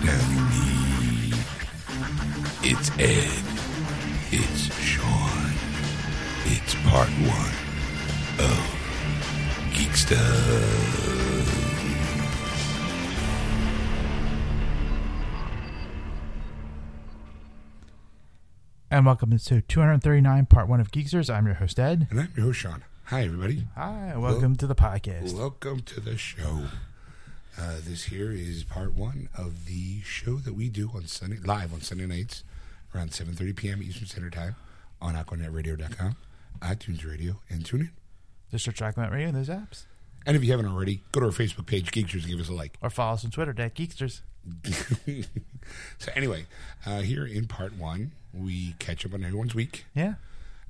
Oh, It's Ed. It's Sean. It's part one of Geek Stuff. And welcome to 239, part one of Geeksters. I'm your host, Ed. And I'm your host, Sean. Hi, everybody. Hi, and welcome to the podcast. Welcome to the show. Uh, this here is part one of the show that we do on Sunday live on Sunday nights around 7:30 p.m. Eastern Standard Time on AquanetRadio.com, iTunes Radio, and tune in. Just search Chocolate Radio, those apps. And if you haven't already, go to our Facebook page, Geeksters, and give us a like. Or follow us on Twitter, at Geeksters. so anyway, uh, here in part one, we catch up on everyone's week. Yeah.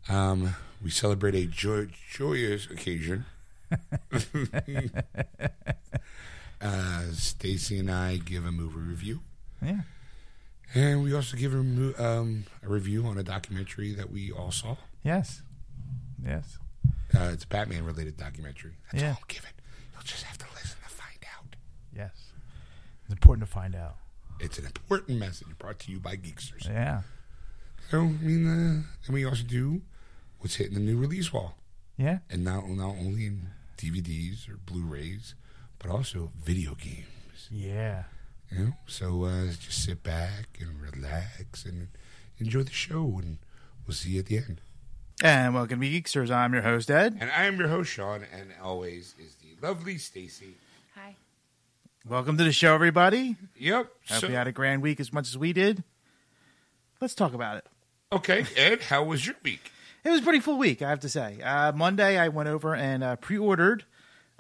Um, we celebrate a joy- joyous occasion. uh, Stacy and I give a movie review, Yeah. and we also give a, mo- um, a review on a documentary that we all saw. Yes. Yes. Uh, it's a Batman-related documentary. That's Yeah. all I'll give it. You'll just have to listen to find out. Yes. It's important to find out. It's an important message brought to you by Geeksters. Yeah. So, I mean, uh, and we also do what's hitting the new release wall, Yeah. and not not only in DVDs or Blu-rays, but also video games. Yeah. You know, so uh, just sit back and relax and enjoy the show, and we'll see you at the end. And welcome to Geeksters. I'm your host, Ed. And I am your host Sean, and always is the lovely Stacy. Hi. Welcome to the show, everybody. Yep. Hope you So, had a grand week as much as we did. Let's talk about it. okay, Ed, how was your week? It was a pretty full week, I have to say. Uh, Monday, I went over and uh, pre-ordered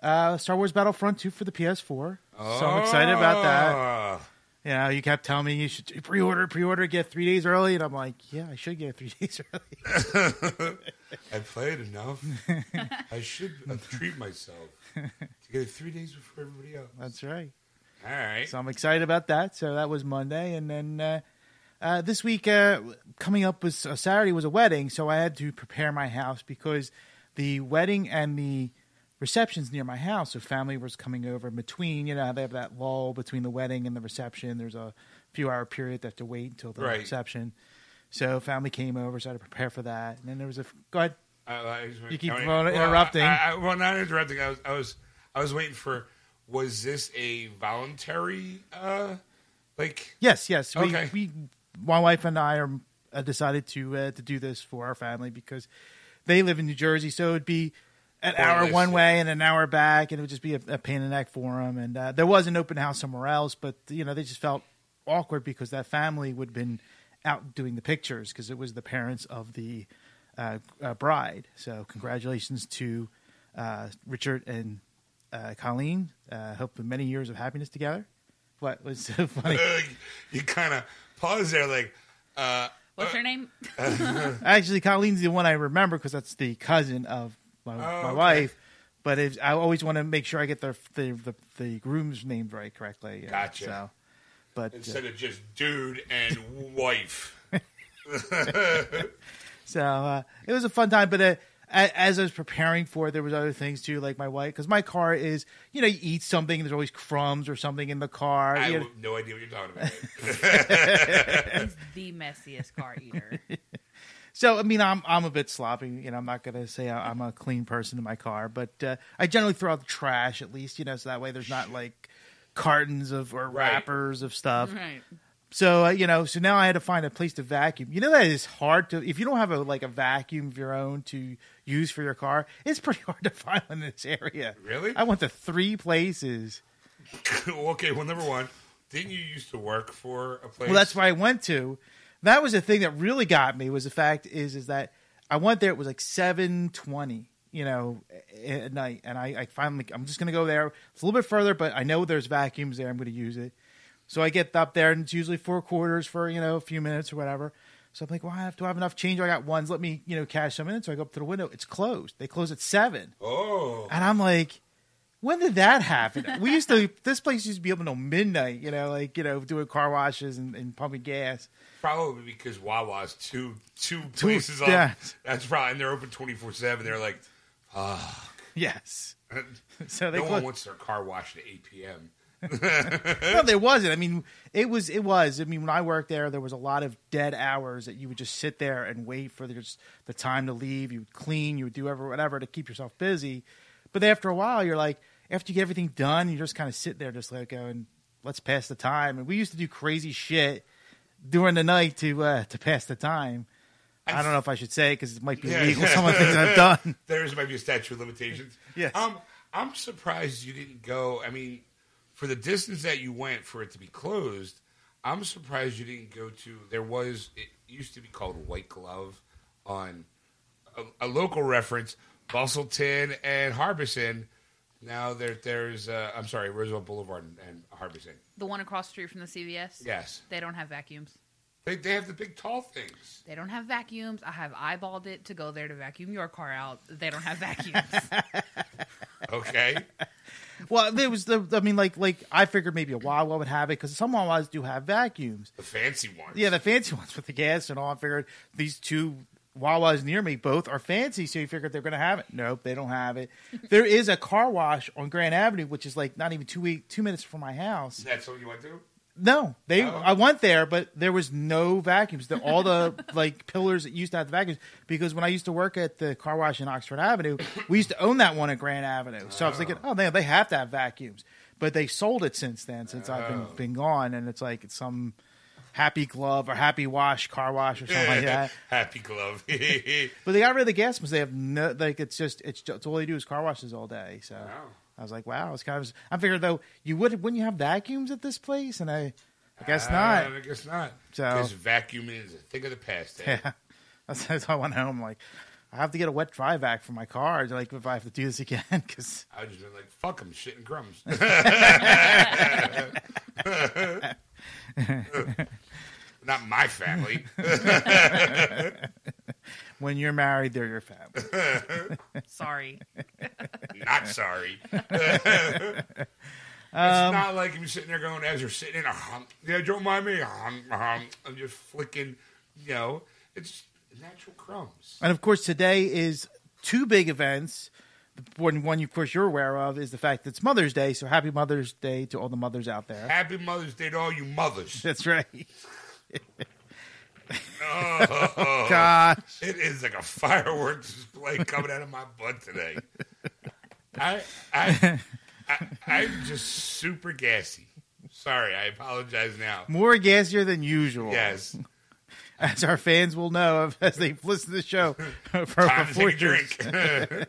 uh, Star Wars Battlefront 2 for the PS4. So I'm excited about Oh. that. Ah, You know, you kept telling me you should pre-order, pre-order, get three days early, and I'm like, yeah, I should get three days early. I played enough. I should uh, treat myself to get it three days before everybody else. That's right. All right. So I'm excited about that. So that was Monday, and then uh, uh, this week uh, coming up was uh, Saturday was a wedding, so I had to prepare my house because the wedding and the receptions near my house, so family was coming over in between. You know, how they have that lull between the wedding and the reception. There's a few hour period that have to wait until the Right. reception. So family came over, so I had to prepare for that, and then there was a go ahead. I, I was, You keep I mean, well, well, interrupting. I, I, well, not interrupting. I was, I was, I was waiting for. Was this a voluntary? uh Like, Yes, yes. We, Okay. we, my wife and I are uh, decided to uh, to do this for our family because they live in New Jersey, so it'd be an hour this, one yeah. way and an hour back, and it would just be a, a pain in the neck for them. And uh, there was an open house somewhere else, but you know they just felt awkward because that family would have been out doing the pictures because it was the parents of the uh, uh, bride. So congratulations to uh, Richard and uh, Colleen. Uh, hopefully, many years of happiness together. What was so funny? you kind of pause there, like, uh What's her name? Actually, Colleen's the one I remember because that's the cousin of my, my Oh, okay. wife. But if, I always want to make sure I get the the, the, the groom's name right correctly. uh, Gotcha. So, but uh, instead of just dude and wife. so uh, it was a fun time. But uh, a- as I was preparing for it, there was other things too, like my wife, because my car is you know you eat something and there's always crumbs or something in the car. I you know. have no idea what you're talking about. He's the messiest car eater. So I mean, I'm I'm a bit sloppy. You know, I'm not gonna say I- I'm a clean person in my car, but uh, I generally throw out the trash at least. You know, so that way there's not like cartons of or Right. wrappers of stuff. Right. So uh, you know, so now I had to find a place to vacuum. You know, that is hard to if you don't have a like a vacuum of your own to use for your car. It's pretty hard to find in this area. Really? I went to three places. okay, well, number one, didn't you used to work for a place? Well, that's where I went to. That was the thing that really got me was the fact is is that I went there. It was like seven twenty, you know, a- at night, and I, I finally I'm just gonna go there. It's a little bit further, but I know there's vacuums there. I'm gonna use it. So I get up there, and it's usually four quarters for you know a few minutes or whatever. So I'm like, well, I have to have enough change. I got ones. Let me you know cash some in. So I go up to the window. It's closed. They close at seven. Oh, And I'm like, when did that happen? We used to this place used to be open till midnight, you know, like you know, doing car washes and, and pumping gas. probably because Wawa's two two places up. yeah. That's probably and they're open twenty four seven. They're like, Yes. So they no clo- one wants their car washed at eight p.m. no, there wasn't. I mean, it was. It was. I mean, when I worked there, there was a lot of dead hours that you would just sit there and wait for the, just the time to leave. You would clean. You would do whatever, whatever to keep yourself busy. But after a while, you're like, after you get everything done, you just kind of sit there, just like going, let's pass the time. And we used to do crazy shit during the night to uh, to pass the time. I don't know if I should say because it, might be Yeah. illegal. Some of the things I've done. There's might be a statute of limitations. Yes. Um, I'm surprised you didn't go. I mean, for the distance that you went for it to be closed, I'm surprised you didn't go to. There was it used to be called White Glove on a, a local reference, Bustleton and Harbison. Now there, there's uh, I'm sorry, Roosevelt Boulevard and, and Harbison. The one across the street from the CVS. Yes, They don't have vacuums. they they have the big tall things. They don't have vacuums. I have eyeballed it to go there to vacuum your car out. They don't have vacuums. Okay, Well, there was the. I mean, like like I figured maybe a Wawa would have it because some Wawas do have vacuums. the fancy ones. Yeah, the fancy ones with the gas and all. I figured these two Wawas near me both are fancy, so you figured they're going to have it. Nope, they don't have it. there is a car wash on Grand Avenue, which is like not even two week, two minutes from my house. that's what you went to. No, they. Oh. I went there, but there was no vacuums. The, all the like pillars that used to have the vacuums, because when I used to work at the car wash in Oxford Avenue, we used to own that one at Grand Avenue. So I was thinking, oh, man, they have to have vacuums, but they sold it since then. Since I've been been gone, and it's like it's some happy glove or happy wash car wash or something like that. Happy glove. But they got rid of the gas pumps. They have no like it's just it's just all they do is car washes all day. So Wow. I was like, wow, it's kind of. I figured though you would wouldn't you have vacuums at this place, and I. I guess Uh, not. I guess not. So- Because vacuum is a thing of the past. eh? Yeah, that's, that's why I went home. Like, I have to get a wet dry vac for my car. Like, if I have to do this again, because I just been like, fuck them, shit and crumbs. not my family. when you're married, they're your family. Sorry. not sorry. Um, it's not like I'm sitting there going, as you're sitting in a hump. Yeah, don't mind me. Hum, hum. I'm just flicking, you know, it's natural crumbs. And of course, today is two big events. The one, one, of course, you're aware of is the fact that it's Mother's Day. So happy Mother's Day to all the mothers out there. Happy Mother's Day to all you mothers. That's right. God, It is like a fireworks display coming out of my butt today. I, I, I, I'm just super gassy. Sorry, I apologize now. more gassier than usual. Yes, as our fans will know as they've listened to the show for time to four take a years. drink.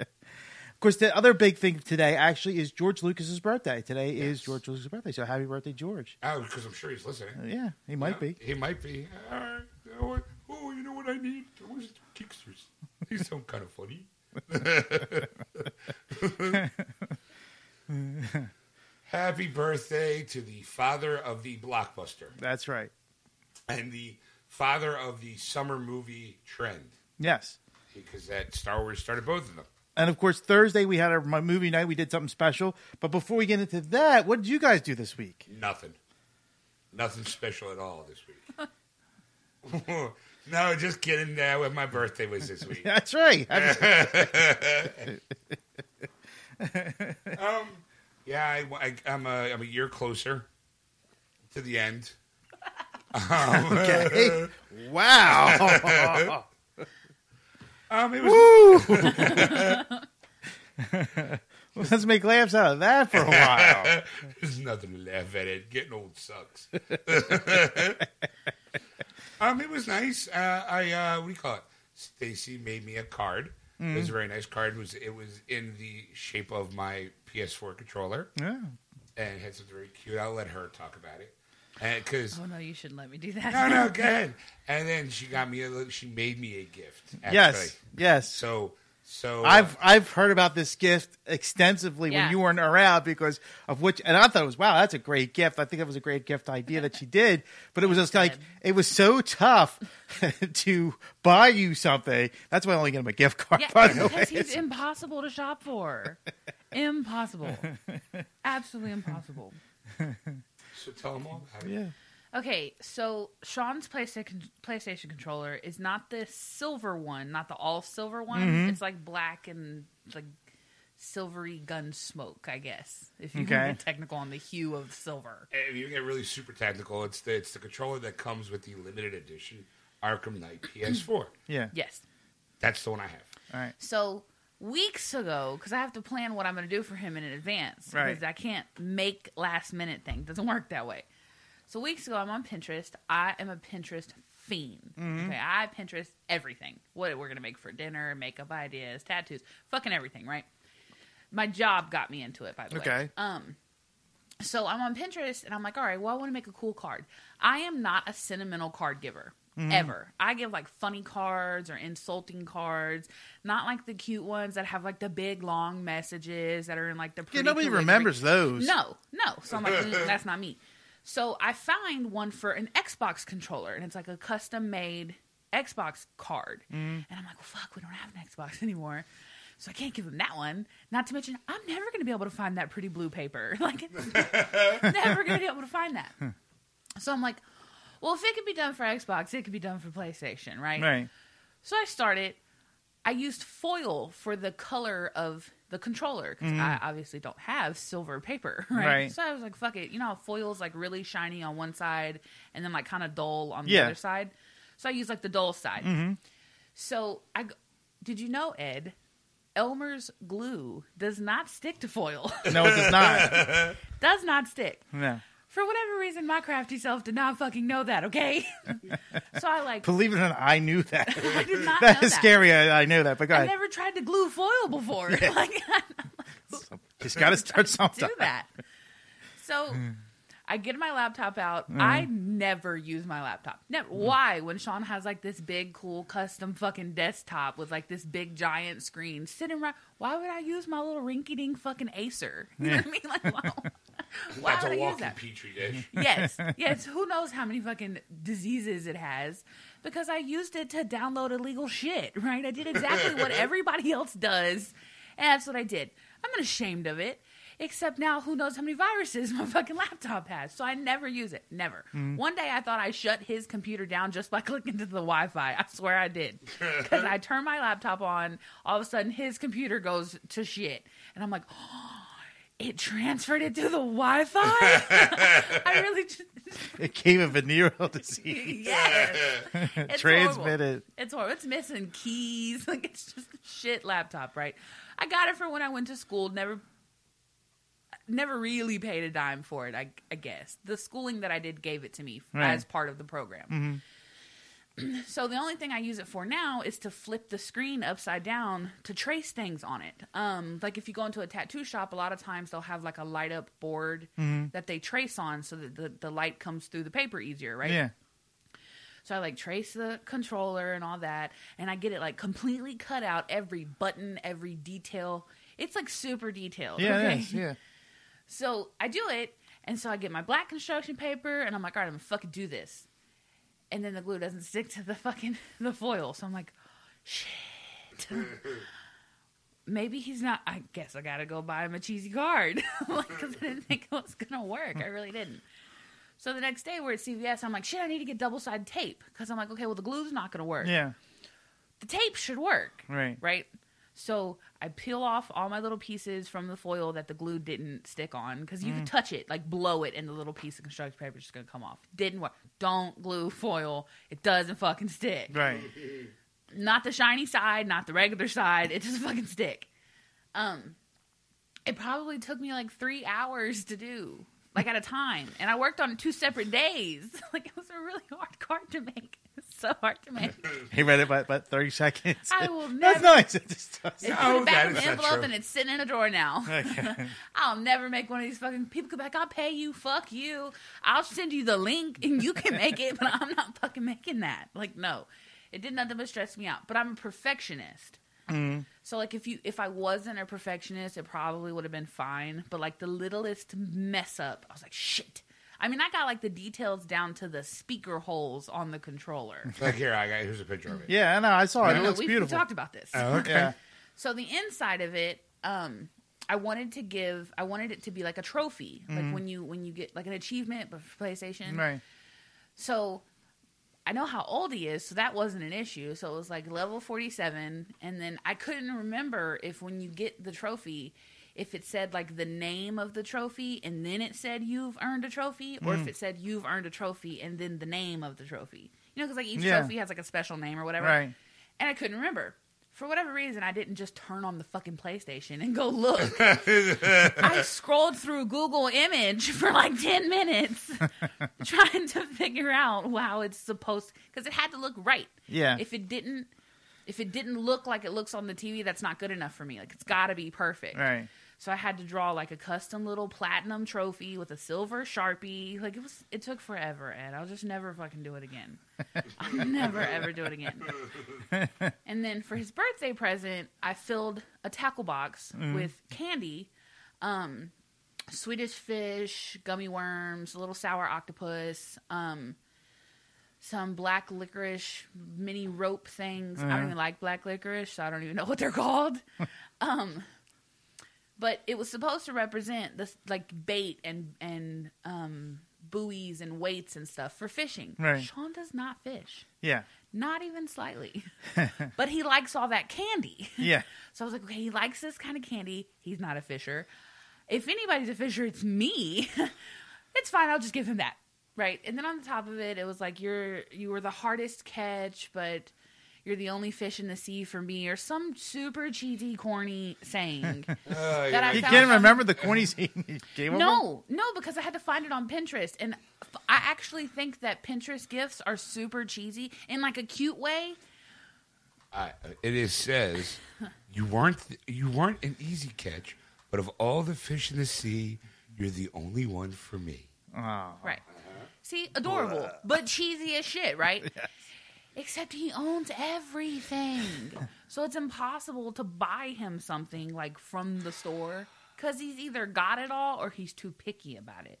Of course, the other big thing today actually is George Lucas's birthday. Today is George Lucas's birthday, so happy birthday, George! oh, because I'm sure he's listening. Uh, yeah, he might be. He might be. All right. You know what? Oh, you know what I need? I was kicksters. They sound kind of funny. Happy birthday to the father of the blockbuster. That's right. and the father of the summer movie trend Yes, because that Star Wars started both of them. and of course Thursday we had our my movie night. We did something special. But before we get into that, what did you guys do this week? Nothing, nothing special at all this week. no, just kidding. That what my birthday was this week. That's right. Happy- Um, yeah, I, I, I'm a I'm a year closer to the end. okay. wow. Um, it was Let's make laughs out of that for a while. There's nothing to laugh at. It getting old sucks. um, it was nice. Uh, I uh, what do you call it? Stacy made me a card. It Mm. was a very nice card. It was it was in the shape of my PS4 controller Yeah. and it had something very cute. I'll let her talk about it. And because Oh no, you shouldn't let me do no, that. no, go ahead. And then she got me a little. She made me a gift. Actually. Yes. Yes. So so uh, I've I've heard about this gift extensively Yeah. when you weren't around because of which, and I thought it was wow, that's a great gift. I think it was a great gift idea that she did, but it was just like Good. it was so tough to buy you something. That's why I only get him a gift card. Yeah, by the way. because he's impossible to shop for. Impossible. Absolutely impossible. so tell them all about it. Yeah. Okay, so Sean's PlayStation PlayStation controller is not the silver one, not the all silver one. It's like black and like silvery gun smoke, I guess, if you Okay. can get technical on the hue of silver. If you get really super technical, it's the it's the controller that comes with the limited edition Arkham Knight PS4. Yeah. Yes. That's the one I have. All right. So weeks ago, because I have to plan what I'm going to do for him in advance, Right. because I can't make last minute thing. Doesn't work that way. So weeks ago, I'm on Pinterest. I am a Pinterest fiend. Mm-hmm. Okay, I Pinterest everything. What we're going to make for dinner, makeup ideas, tattoos, fucking everything. Right. My job got me into it, by the way. Okay. Um. So I'm on Pinterest and I'm like, all right, well, I want to make a cool card. I am not a sentimental card giver Mm-hmm. ever. I give like funny cards or insulting cards, not like the cute ones that have like the big long messages that are in like the Yeah, pretty nobody calligraphy. remembers those. No, no. So I'm like, "Mm, that's not me. So I find one for an Xbox controller, and it's like a custom made Xbox card. And I'm like, well, fuck, we don't have an Xbox anymore. So I can't give him that one. Not to mention, I'm never going to be able to find that pretty blue paper. Like, never going to be able to find that. So I'm like, well, if it could be done for Xbox, it could be done for PlayStation, Right. so I started. I used foil for the color of the controller because I obviously don't have silver paper, right? Mm-hmm. Right. So I was like, "Fuck it," you know. How foil's like really shiny on one side and then like kind of dull on the Yeah. Mm-hmm. other side. So I used like the dull side. So I g- did you know Ed Elmer's glue does not stick to foil. No, it does not. does not stick. No. For whatever reason, my crafty self did not fucking know that. Okay, so I like Believe it or not, I knew that. I did not know that is that. scary. I, I know that, but I God, never tried to glue foil before. like, I just got to start do sometime. that. So I get my laptop out. Mm. I never use my laptop. Never. Why? When Sean has like this big, cool, custom fucking desktop with like this big, giant screen sitting right, why would I use my little rinky dink fucking Acer? You know what I mean? Like, why, why That's would a I use walking that? petri dish. Yes, yes. Who knows how many fucking diseases it has? Because I used it to download illegal shit, right? I did exactly what everybody else does, and that's what I did. I'm not ashamed of it. Except now, who knows how many viruses my fucking laptop has? So I never use it. Never. One day I thought I shut his computer down just by clicking to the Wi Fi. I swear I did. Because I turned my laptop on, all of a sudden his computer goes to shit. And I'm like, it transferred it to the Wi Fi? I really just. It gave a venereal disease. Yes. It's horrible. Transmitted. It's horrible. It's missing keys. Like it's just a shit laptop, right? I got it for when I went to school. Never, never really paid a dime for it. I, I guess the schooling that I did gave it to me Right. Mm-hmm. as part of the program. so the only thing I use it for now is to flip the screen upside down to trace things on it. Um, like if you go into a tattoo shop, a lot of times they'll have like a light up board Mm-hmm. that they trace on so that the, the light comes through the paper easier, right? Yeah. So I like trace the controller and all that, and I get it like completely cut out every button, every detail. It's like super detailed. Yeah. it okay? is, Yeah. So I do it, and so I get my black construction paper, and I'm like, all right, I'm gonna fucking do this. And then the glue doesn't stick to the fucking the foil, so I'm like, shit. Maybe he's not. I guess I gotta go buy him a cheesy card because I didn't think it was gonna work. I really didn't. So the next day we're at CVS. I'm like, shit, I need to get double sided tape because I'm like, okay, well the glue's not gonna work. Yeah. The tape should work Right. right? So I peel off all my little pieces from the foil that the glue didn't stick on because you could touch it, like blow it, and the little piece of construction paper is just gonna come off. Didn't work. Don't glue foil. It doesn't fucking stick. Right. Not the shiny side, not the regular side. It just fucking stick. Um, it probably took me like three hours to do, like at a time, and I worked on two separate days. like it was a really hard card to make. It's so hard to make. He read it by about 30 seconds. I will never. That's nice. It just does. It's No, in the back Oh, that of is an not envelope true. and it's sitting in a drawer now. Okay. I'll never make one of these fucking people come back. I'll pay you. Fuck you. I'll send you the link and you can make it, but I'm not fucking making that. Like, no, it did nothing but stress me out. But I'm a perfectionist. Mm-hmm. So like if you if I wasn't a perfectionist, it probably would have been fine. But like the littlest mess up, I was like, shit. I mean, I got like the details down to the speaker holes on the controller. Like here, I got here's a picture of it. Yeah, I know. I Oh, saw it. I It know, looks we, we beautiful. talked about this. Uh-huh. Yeah. So the inside of it, um, I wanted to give. I wanted it to be like a trophy, like when you when you get like an achievement but for PlayStation. Right. So I know how old he is, so that wasn't an issue. So it was like level 47. And then I couldn't remember if when you get the trophy, if it said like the name of the trophy and then it said you've earned a trophy, or Mm. if it said you've earned a trophy and then the name of the trophy. You know, because like each Yeah. trophy has like a special name or whatever. Right. And I couldn't remember. For whatever reason, I didn't just turn on the fucking PlayStation and go look. I scrolled through Google Image for like 10 minutes trying to figure out how it's supposed cuz it had to look right. Yeah. If it didn't if it didn't look like it looks on the TV, that's not good enough for me. Like it's got to be perfect. Right. So I had to draw like a custom little platinum trophy with a silver Sharpie. Like it was it took forever and I'll just never fucking do it again. I'll never ever do it again. And then for his birthday present, I filled a tackle box Mm. with candy, um, Swedish fish, gummy worms, a little sour octopus, um, some black licorice mini rope things. I don't even like black licorice, so I don't even know what they're called. um, but it was supposed to represent this like bait and and um, buoys and weights and stuff for fishing. Right. Sean does not fish. Yeah. Not even slightly. but he likes all that candy. Yeah. So I was like, okay, he likes this kind of candy. He's not a fisher. If anybody's a fisher, it's me. it's fine. I'll just give him that. Right. And then on the top of it, it was like, you're, you were the hardest catch, but you're the only fish in the sea for me, or some super cheesy, corny saying. Oh, That I You found can't on- remember the corny scene you gave him? No, no, because I had to find it on Pinterest, and f- I actually think that Pinterest gifts are super cheesy in like a cute way. I, it is says you weren't you weren't an easy catch, but of all the fish in the sea, you're the only one for me. Oh. Right. See, adorable, but cheesy as shit, right? Except he owns everything. so it's impossible to buy him something like from the store because he's either got it all or he's too picky about it.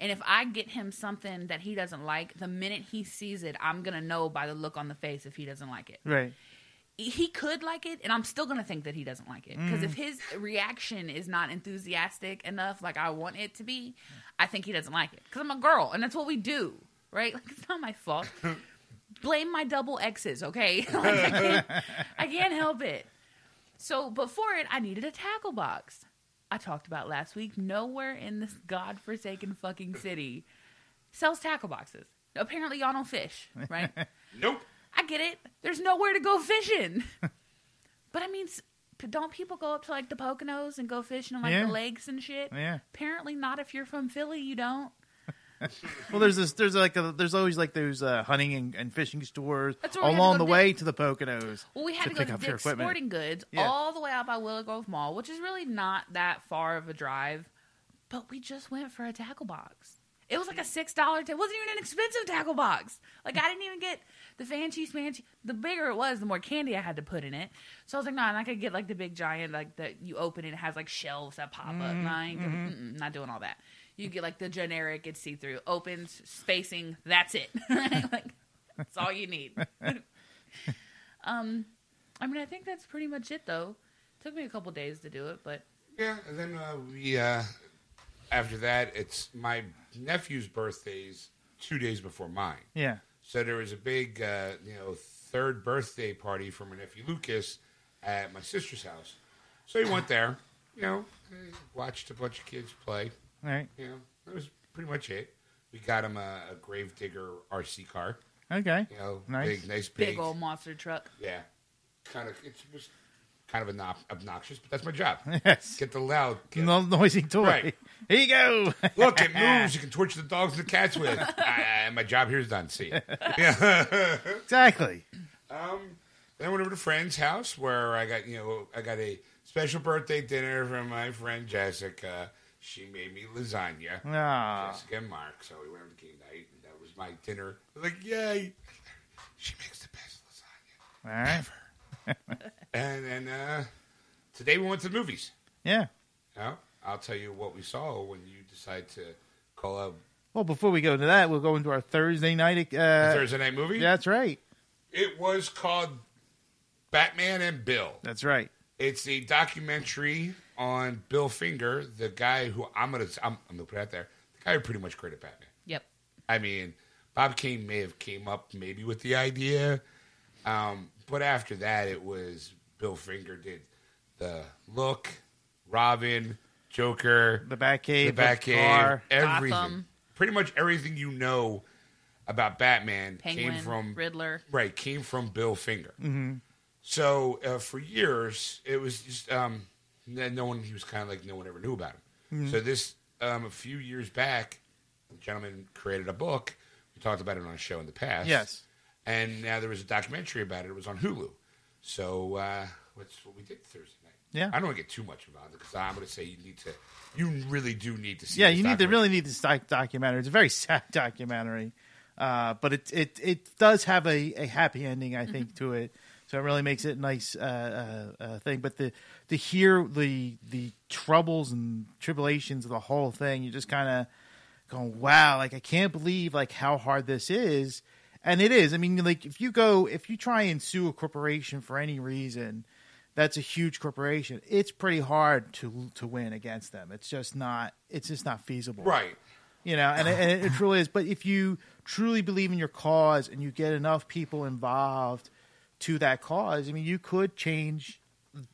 And if I get him something that he doesn't like, the minute he sees it, I'm going to know by the look on the face if he doesn't like it Right. he could like it and i'm still gonna think that he doesn't like it because if his reaction is not enthusiastic enough like i want it to be i think he doesn't like it because i'm a girl and that's what we do right like it's not my fault blame my double x's okay like I, can't, I can't help it so before it i needed a tackle box i talked about last week nowhere in this godforsaken fucking city sells tackle boxes apparently y'all don't fish right Nope. I get it. There's nowhere to go fishing. but I mean, s- p- don't people go up to like the Poconos and go fishing on like Yeah. the lakes and shit? Yeah. Apparently not if you're from Philly, you don't. Well, there's this. There's like a, there's always like those uh, hunting and, and fishing stores That's where we had to along go the to way to the Poconos. Well, we had To to, go pick to up your Dick's equipment. Sporting Goods Yeah. all the way out by Willow Grove Mall, which is really not that far of a drive. But we just went for a tackle box. It was like a six dollar. T- it wasn't even an expensive tackle box. Like I didn't even get the fancy spancy. The bigger it was, the more candy I had to put in it. So I was like, no, I'm not gonna get like the big giant like that you open and it has like shelves that pop up. Mm-hmm, No, I ain't gonna- mm-mm, not doing all that. You get like the generic, it's see through, opens, spacing. That's it. right? Like that's all you need. um, I mean, I think that's pretty much it though. Took me a couple days to do it, but Yeah, and then uh, we uh, after that, it's my nephew's birthday's two days before mine. Yeah. So there was a big, uh, you know, third birthday party for my nephew Lucas at my sister's house. So he went there, you know, eh, watched a bunch of kids play. All right. You know, that was pretty much it. We got him a, a Gravedigger RC car. Okay. You know, Nice. big, nice, big, big old monster truck. yeah. Kind of, it was kind of obnox- obnoxious, but that's my job. Yes. Get the loud. Get, No, noisy toy. Right. Here you go. Look, it moves. You can torture the dogs and the cats with. I, I- my job here is done. See. ya. exactly. Then I went over to a friend's house where I got you know I got a special birthday dinner from my friend Jessica. She made me lasagna. Ah. Jessica and Mark. So we went over to game night, and that was my dinner. I was like, yay! She makes the best lasagna. All right. And then uh, today we went to the movies. Yeah. Now I'll tell you what we saw when you decide to call out Well, before we go into that, we'll go into our Thursday night. Uh, Thursday night movie. That's right. It was called Batman and Bill. That's right. It's a documentary on Bill Finger, the guy who I'm gonna I'm, I'm gonna put it out there, the guy who pretty much created Batman. Yep. I mean, Bob Kane may have came up maybe with the idea, um, but after that it was Bill Finger did the look, Robin, Joker, The Batcave, the Batcave, Car. everything, Gotham. pretty much everything you know about Batman Penguin, came from Riddler. right came from Bill Finger. Mm-hmm. So uh, for years, it was just um, n- no one. He was kind of like no one ever knew about him. Mm-hmm. So this um, a few years back, a gentleman created a book. We talked about it on a show in the past. Yes. and now there was a documentary about it. It was on Hulu. So uh, what's what we did Thursday night. Yeah. I don't want to get too much involved because I'm going to say you need to. You really do need to see. yeah, this you need to documentary. really need this doc- documentary. It's a very sad documentary, uh, but it it it does have a, a happy ending, I think, to it. So it really makes it a nice uh, uh, uh, thing. But the to hear the the troubles and tribulations of the whole thing, you just kind of going, wow, like I can't believe like how hard this is. And it is. I mean, like if you go, if you try and sue a corporation for any reason, that's a huge corporation. It's pretty hard to to win against them. It's just not. It's just not feasible. right. You know, and, it- and it, it truly is. But if you truly believe in your cause and you get enough people involved to that cause, I mean, you could change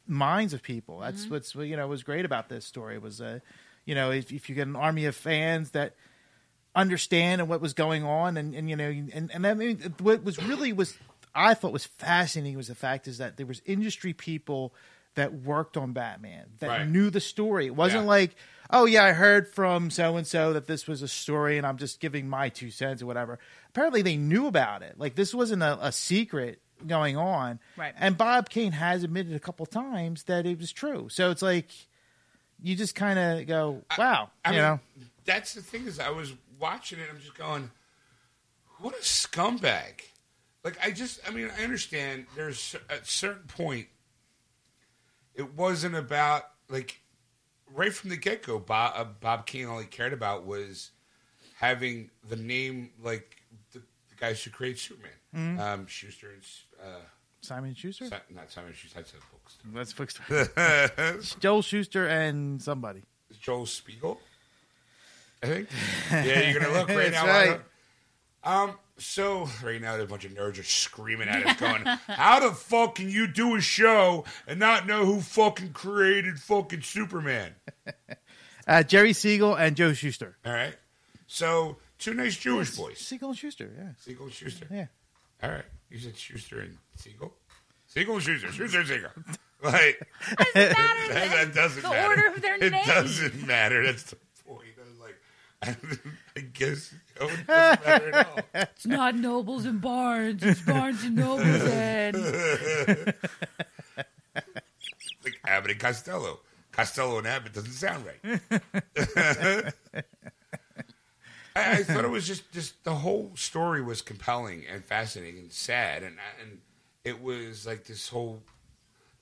minds of people. That's Mm-hmm. what's what, you know was great about this story was, uh, you know, if, if you get an army of fans that understand and what was going on and, and you know and and I mean what was really was I thought was fascinating was the fact is that there was industry people that worked on Batman that Right. knew the story. It wasn't Yeah. like, oh yeah, I heard from so and so that this was a story and I'm just giving my two cents or whatever. Apparently they knew about it. Like this wasn't a, a secret going on. Right. And Bob Kane has admitted a couple times that it was true. So it's like you just kind of go, wow, I you mean, know. that's the thing is I was watching it. I'm just going, what a scumbag! Like I just, I mean, I understand. There's at a certain point, it wasn't about like right from the get go. Bob uh, Bob Kane all he cared about was having the name like the, the guys who created Superman, Mm-hmm. um, Schuster and uh, Simon Schuster? Si- not Simon Schuster. I said books. That's fixed. Joel Schuster and somebody. Joel Spiegel. I think. Yeah, you're gonna look right That's now. right. Um. So right now, there's a bunch of nerds are screaming at us, going, "How the fuck can you do a show and not know who fucking created fucking Superman?" Uh, Jerry Siegel and Joe Schuster. All right. So two nice Jewish boys, Siegel and Schuster, yeah. Siegel and Schuster. Yeah. All right. You said Schuster and Siegel. Siegel and Schuster. Schuster and Siegel. Like Matter that, that doesn't the matter. order of their it names. doesn't matter. That's the point. I was like, I guess you know, it doesn't matter at all. It's not Nobles and Barnes. It's Barnes and Nobles and like Abbott and Costello. Costello and Abbott doesn't sound right. I, I thought it was just, just the whole story was compelling and fascinating and sad and and it was like this whole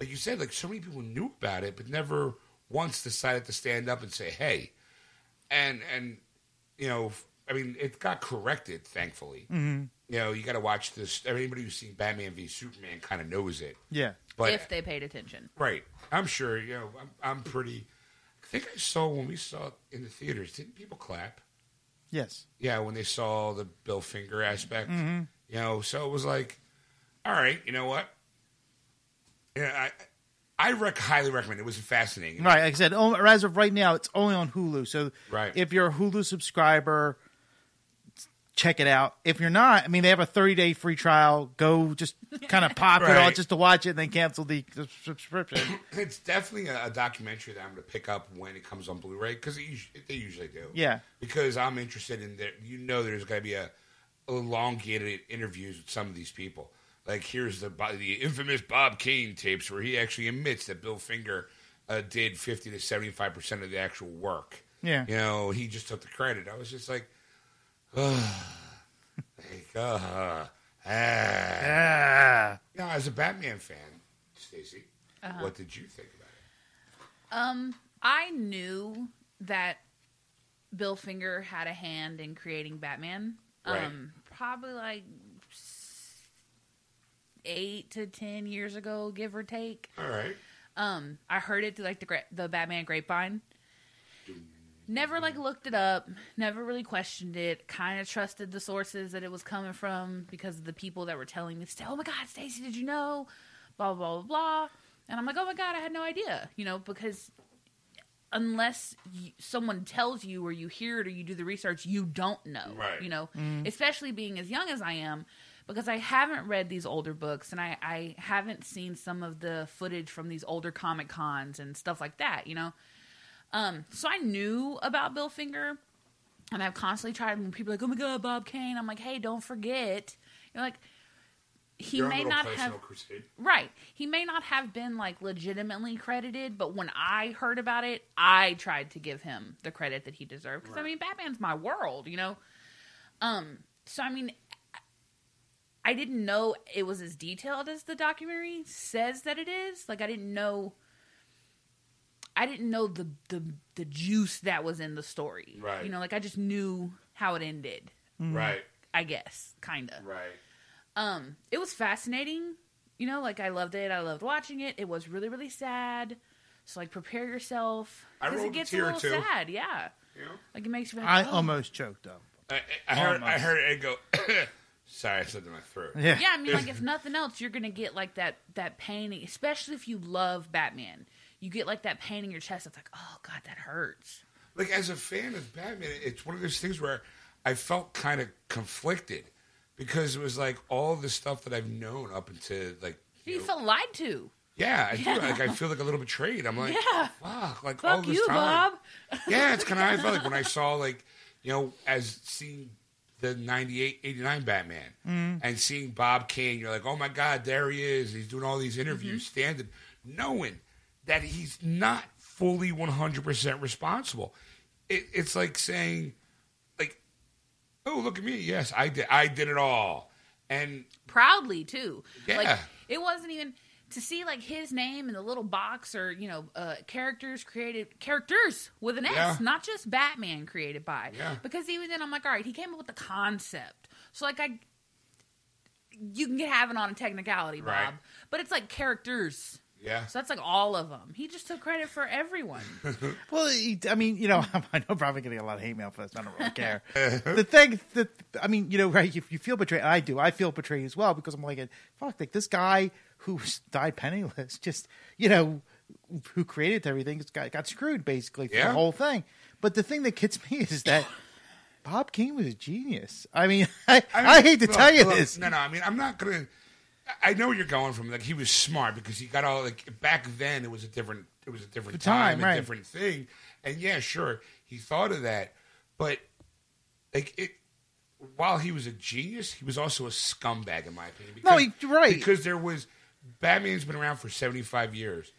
like you said like so many people knew about it but never once decided to stand up and say hey and and you know I mean it got corrected thankfully you know you got to watch this anybody who's seen Batman v Superman kind of knows it Yeah. but if they paid attention. Right. I'm sure, you know, I'm, I'm pretty. I think I saw when we saw it in the theaters, didn't people clap? Yes. Yeah, when they saw the Bill Finger aspect. You know, so it was like, all right, you know what? Yeah, I, I rec- highly recommend it. It was fascinating. Right. Like I said, oh, as of right now, it's only on Hulu. So Right. if you're a Hulu subscriber, check it out. If you're not, I mean, they have a 30 day free trial. Go just kind of pop it all Right. just to watch it and then cancel the the subscription. It's definitely a, a documentary that I'm going to pick up when it comes on Blu-ray because they usually do. Yeah. because I'm interested in that. You know, there's going to be a elongated interviews with some of these people. Like here's the bo- the infamous Bob Kane tapes where he actually admits that Bill Finger uh, did 50 to 75 percent of the actual work. Yeah. you know, he just took the credit. I was just like, like, uh, ah. yeah. Now, as a Batman fan, Stacy, Uh-huh. what did you think about it? Um, I knew that Bill Finger had a hand in creating Batman. Um, Right. probably like s- eight to ten years ago, give or take. All right. Um, I heard it through like the gra- the Batman grapevine, Never like looked it up, never really questioned it. Kind of trusted the sources that it was coming from because of the people that were telling me, "Oh my God, Stacy, did you know?" Blah blah blah blah. blah. And I'm like, "Oh my God, I had no idea," you know, because unless you, someone tells you or you hear it or you do the research, you don't know. Right. You know, especially being as young as I am, because I haven't read these older books and I, I haven't seen some of the footage from these older Comic Cons and stuff like that, you know? Um, so I knew about Bill Finger and I've constantly tried when people are like, oh my God, Bob Kane. I'm like, hey, don't forget. You're like, he Your own may little not personal have crusade. Right. He may not have been like legitimately credited, but when I heard about it, I tried to give him the credit that he deserved because I mean, Batman's my world, you know. Um. So I mean, I didn't know it was as detailed as the documentary says that it is. Like I didn't know. I didn't know the the the juice that was in the story. Right. You know, like I just knew how it ended. Right, I guess, kind of right. um it was fascinating you know like i loved it i loved watching it it was really really sad so like prepare yourself I because rolled it a gets a, tear or little two. sad yeah You know? like it makes you like, I oh. almost choked up. I, I- I heard I Almost. heard Ed go. Sorry, I said to my throat. Yeah. yeah i mean like if nothing else you're gonna get like that that pain especially if you love batman you get like that pain in your chest it's like oh god that hurts like as a fan of Batman, it's one of those things where I felt kind of conflicted because it was like all the stuff that I've known up until like you, know- felt lied to yeah, I do. Like I feel like a little betrayed. I'm like, Yeah. fuck, like all fuck this you time. bob Yeah, it's kind of I felt like when I saw like you know as seeing the 98 89 Batman and seeing Bob Kane, you're like, oh my god, there he is. He's doing all these interviews, standing, knowing that he's not fully 100 percent responsible. It, it's like saying, like, oh look at me, yes, I did, I did it all, and proudly too. Like Yeah. it wasn't even to see like his name in the little box or you know uh, characters created characters with an S, Yeah. not just Batman created by. Yeah. Because even then, I'm like, all right, he came up with the concept. So like I, you can get having on a technicality, Bob, Right. but it's like characters. yeah, So that's like all of them. He just took credit for everyone. Well, he- I mean, you know, I'm probably getting a lot of hate mail for this. I don't really care. the thing that I mean, you know, right? You, you feel betrayed. I do. I feel betrayed as well because I'm like, fuck, like this guy who died penniless, just you know, who created everything, just got got screwed basically for Yeah. the whole thing. But the thing that gets me is that Bob King was a genius. I mean, I, I, mean, hate to look, tell you look, this. No, no. I mean, I'm not gonna. I I know where you're going from. Like he was smart because he got all like back then. It was a different. It was a different The time, time, right. a different thing. And yeah, sure, he thought of that, but like it. While he was a genius, he was also a scumbag, in my opinion. No, because- he- right. Because there was Batman's been around for 75 years.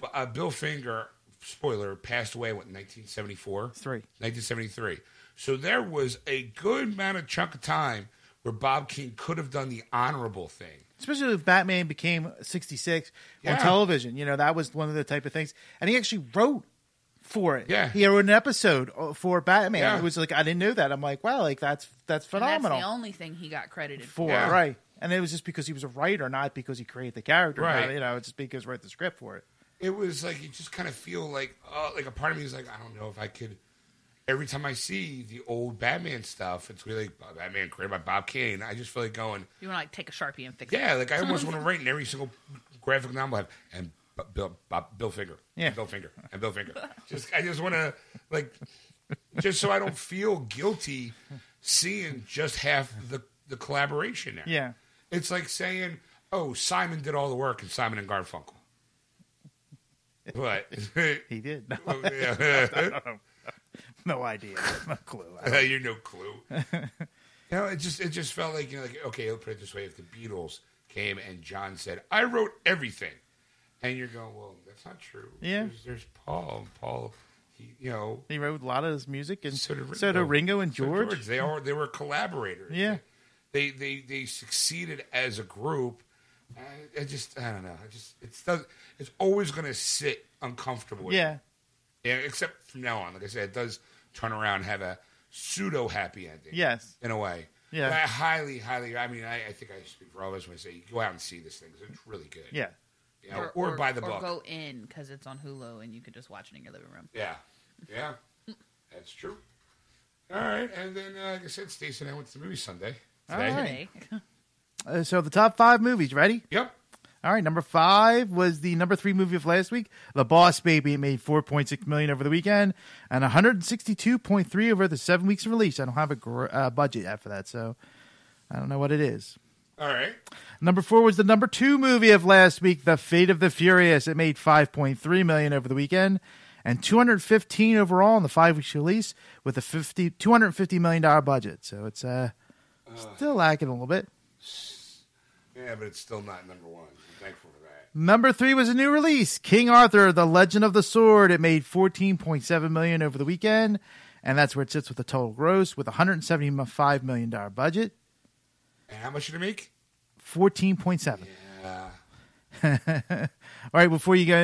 B- Uh, Bill Finger, spoiler, passed away what 1974. Three. 1973. So there was a good amount of chunk of time where Bob King could have done the honorable thing. especially if Batman became 66 on Yeah. television. You know, that was one of the type of things. And he actually wrote for it. Yeah. He wrote an episode uh, for Batman. Yeah. It was like, I didn't know that. I'm like, wow, like that's, that's And that's the phenomenal only thing he got credited for, for. Yeah. right. And it was just because he was a writer, not because he created the character. Right. Not, you know, it's just because he wrote the script for it. It was like you just kind of feel like, oh, like a part of me is like, I don't know if I could. Every time I see the old Batman stuff, it's really like Batman created by Bob King. I just feel like going, You want to like take a sharpie and fix it. yeah, like I almost want to write in every single graphic novel I have. And B- Bill, Bob, Bill Finger, Yeah. Bill Finger, and Bill Finger. Just I just want to like, just so I don't feel guilty seeing just half the the collaboration there. Yeah. It's like saying, "Oh, Simon did all the work in Simon and Garfunkel." But He did. No, yeah, no idea. No clue. you're no clue. You know, it just it just felt like you know, like okay, I'll put it this way: if the Beatles came and John said, "I wrote everything," and you're going, "Well, that's not true." Yeah. there's, there's Paul. and Paul, he, you know, He wrote a lot of his music and so so did did, Ringo, Ringo and So did George. They are they were collaborators. Yeah. they they they succeeded as a group. I, I just I don't know. I just it's does it's always going to sit uncomfortable. with Yeah. me. yeah. Except from now on, like I said, it does turn around and have a pseudo happy ending. Yes. in a way. Yeah. But I highly, highly. I mean, I, I think I speak for all of us when I say go out and see this thing. 'cause It's really good. Yeah. You know, or, by the or book. go in because it's on Hulu and you could just watch it in your living room. Yeah, yeah. That's true. All right, and then uh, like I said, Stacy and I went to the movie Sunday. All today. right. Today. Uh, so the top five movies. Ready? Yep. All right. Number five was the number three movie of last week, The Boss Baby. It made four point six million over the weekend and one hundred and sixty two point three over the seven weeks of release. I don't have a gr- uh, budget yet for that, so I don't know what it is. All right. Number four was the number two movie of last week, The Fate of the Furious. It made 5.3 million over the weekend and 215 overall in the five weeks release with a 50, 250 million dollar budget. So it's uh, still lacking a little bit. Yeah, but it's still not number one. I'm thankful for that. Number three was a new release, King Arthur: The Legend of the Sword. It made 14.7 million over the weekend, and that's where it sits with the total gross with 175 million dollar budget, And how much did it make? 14.7. Uh, All right, before you go,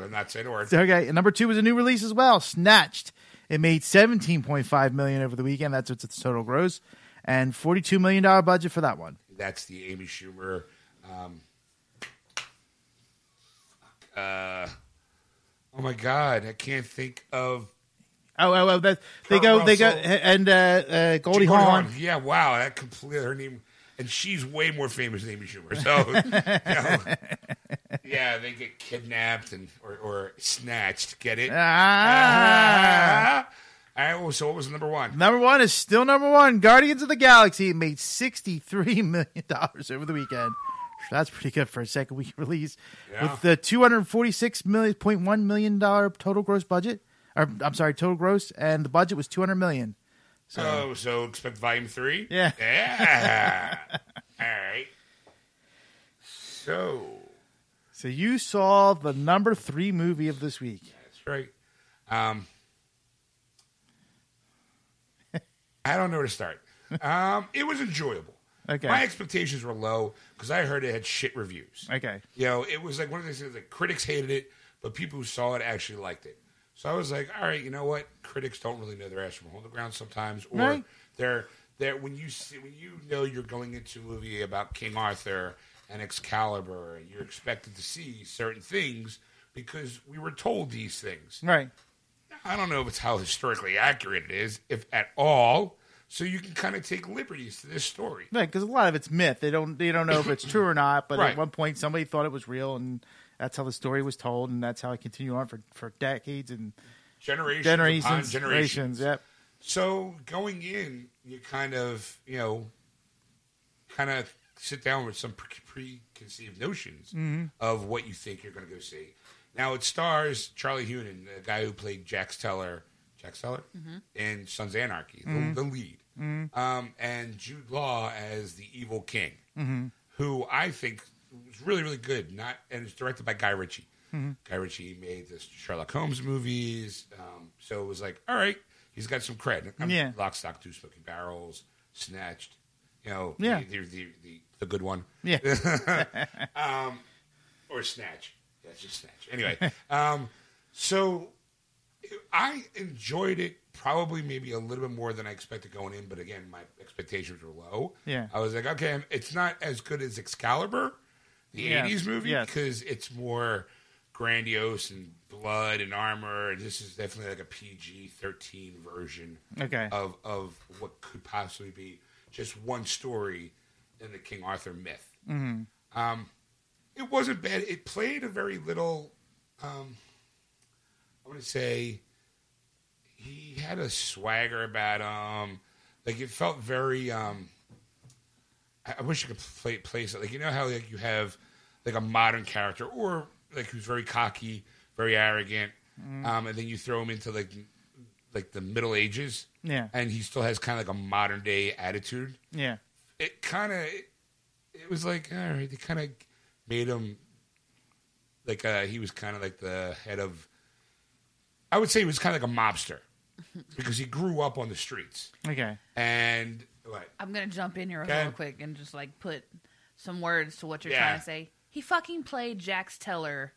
I'm not saying a word. Okay, and number two was a new release as well, Snatched. It made seventeen point five million over the weekend. That's what's its total gross, and forty two million dollar budget for that one. That's the Amy Schumer. Um, uh, oh my God, I can't think of Oh, oh, oh that they Kurt go, they go, Russell. and uh, uh, Goldie Goldie Hawn. Hawn. Yeah, wow, that completely her name, and she's way more famous than Amy Schumer. So, you know, yeah, they get kidnapped and or, or snatched. Get it? Ah. All right. Well, so what was number one? Number one is still number one. Guardians of the Galaxy It made sixty three million dollars over the weekend. That's pretty good for a second week release Yeah. with the two hundred forty six million point one million dollar total gross budget. Or, I'm sorry, total gross, and the budget was two hundred million. So So, Oh, so expect volume three. Yeah. Yeah. All right. So So you saw the number three movie of this week. that's right. Um, I don't know where to start. Um, it was enjoyable. Okay. My expectations were low because I heard it had shit reviews. Okay. You know, it was like one of those things that critics hated it, but people who saw it actually liked it. So I was like, all right, you know what? Critics don't really know their ass from holding the ground sometimes, or Right. they're they're when you see when you know you're going into a movie about King Arthur and Excalibur, and you're expected to see certain things because we were told these things. Right. I don't know if it's how historically accurate it is, if at all. So you can kind of take liberties to this story. Right, because a lot of it's myth. They don't they don't know if it's true or not, but Right. at one point somebody thought it was real and that's how the story was told and that's how it continued on for, for decades and Generations, generations. upon generations. Yep. So going in, you kind of, you know, kind of sit down with some pre- preconceived notions of what you think you're going to go see. Now it stars Charlie Hunan, the guy who played Jax Teller, Jax Teller in Sons of Anarchy, the, the lead, um, and Jude Law as the evil king, who I think was really really good. Not and it's directed by Guy Ritchie. Guy Ritchie made the Sherlock Holmes movies, um, so it was like, all right, he's got some cred. I mean, Yeah. Lock, Stock, Two Smoking Barrels, Snatched, you know, Yeah. the, the, the, the, the good one Um, Yeah. or snatch. That's just snatch. Anyway, um, so I enjoyed it probably maybe a little bit more than I expected going in, but again, my expectations were low. Yeah. I was like, okay, it's not as good as Excalibur, the Yeah. 80s movie, Yes. because it's more grandiose and blood and armor. This is definitely like a PG 13 version Okay. of of what could possibly be just one story in the King Arthur myth. Um, it wasn't bad. It played a very little. Um, I want to say he had a swagger about him. Like it felt very. Um, I, I wish you could play place it like you know how like you have like a modern character or like who's very cocky, very arrogant, um, and then you throw him into like like the Middle Ages, Yeah. and he still has kind of like a modern day attitude. Yeah. It kind of it, it was like all right, they kind of made him like uh, he was kind of like the head of. I would say he was kind of like a mobster because he grew up on the streets Okay. and what I'm gonna jump in here Okay. real quick and just like put some words to what you're Yeah. trying to say. He fucking played Jax Teller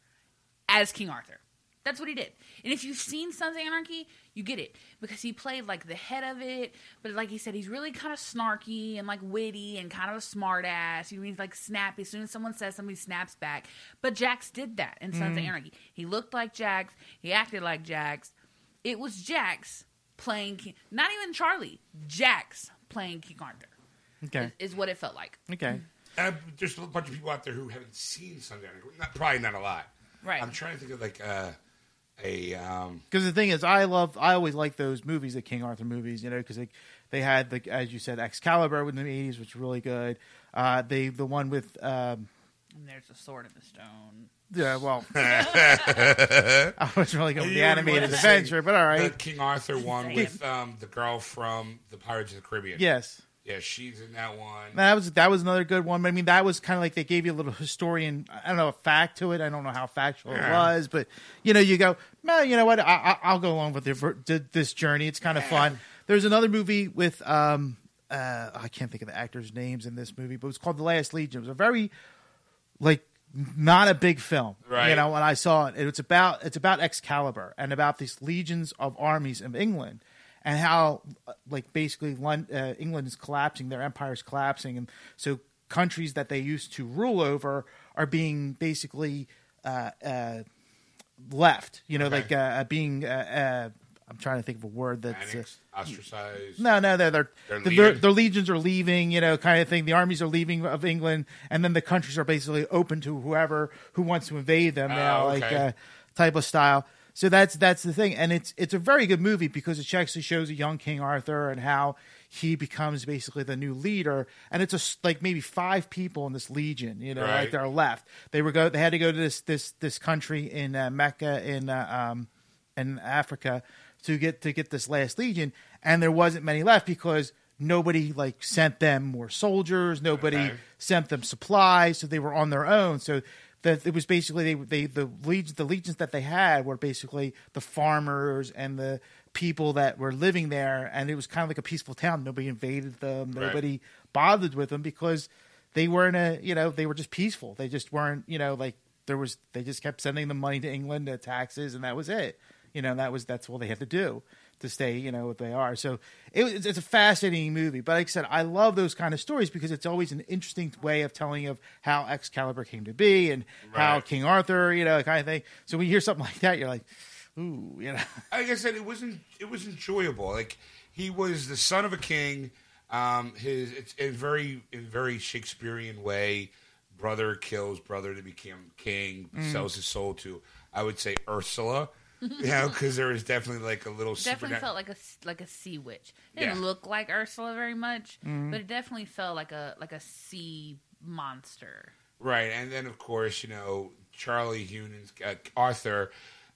as King Arthur. That's what he did. And if you've seen Sons of Anarchy, you get it because he played like the head of it. But like he said, he's really kind of snarky and like witty and kind of a smartass. He means like snappy. As soon as someone says something, he snaps back. But Jax did that in Sons of Anarchy. He looked like Jax. He acted like Jax. It was Jax playing, King, not even Charlie, Jax playing King Arthur Okay. is what it felt like. Okay. Uh, there's a bunch of people out there who haven't seen Sundown. Not, probably not a lot. Right. I'm trying to think of like uh, a um, Because the thing is, I love, I always like those movies, the King Arthur movies, you know, because they, they had the, as you said, Excalibur in the eighties, which was really good. Uh, they, the one with, um, And there's a sword in the stone. yeah, well, I was really going with the You wouldn't animated wanna say adventure, but all the right, King Arthur one Damn. with um, the girl from the Pirates of the Caribbean. yes, yeah, she's in that one. that was that was another good one. But I mean, that was kind of like they gave you a little historian, I don't know, a fact to it. I don't know how factual it Yeah. was, but you know, you go, man, you know what? I, I, I'll go along with the, th- this journey. It's kind of fun. There's another movie with, um, uh, I can't think of the actors' names in this movie, but it was called The Last Legion. It was a very like not a big film, You Right. know, when I saw it, it's about it's about Excalibur and about these legions of armies of England and how uh, like basically Lon- uh, England is collapsing, their empire's collapsing, and so countries that they used to rule over are being basically uh, uh, left. You know, Okay. like uh, uh, being. Uh, uh, I'm trying to think of a word that's. Uh, Annexed, ostracized. no, no, they're they're, They're the- leaving. their, their legions are leaving, you know, kind of thing. The armies are leaving of England, and then the countries are basically open to whoever who wants to invade them now, Oh, like okay. uh, type of style. So that's that's the thing, and it's it's a very good movie because it actually shows a young King Arthur and how he becomes basically the new leader. And it's just like maybe five people in this legion, you know, like Right. they're left. They were go they had to go to this this this country in uh, Mecca in uh, um, in Africa to get to get this last legion, and there wasn't many left because nobody like sent them more soldiers, nobody Okay. sent them supplies, so they were on their own. So that it was basically they they the legions the legions that they had were basically the farmers and the people that were living there, and it was kind of like a peaceful town. Nobody invaded them, Right. nobody bothered with them because they weren't a you know they were just peaceful. They just weren't you know like there was they just kept sending the money to England to taxes, and that was it. You know that was that's all they had to do to stay you know what they are. So it, was- it's a fascinating movie. But like I said, I love those kind of stories because it's always an interesting way of telling of how Excalibur came to be and how Right. King Arthur you know kind of thing. So when you hear something like that, you're like, ooh, you know, like I said, it wasn't. It was enjoyable. Like he was the son of a king. Um, his it's in very in very Shakespearean way. Brother kills brother to become king. Mm. Sells his soul to I would say Ursula. you know, because there is definitely like a little Definitely supernat- felt like a s- like a sea witch. It didn't Yeah. look like Ursula very much, but it definitely felt like a like a sea monster. Right, and then of course you know Charlie Hunan's uh, Arthur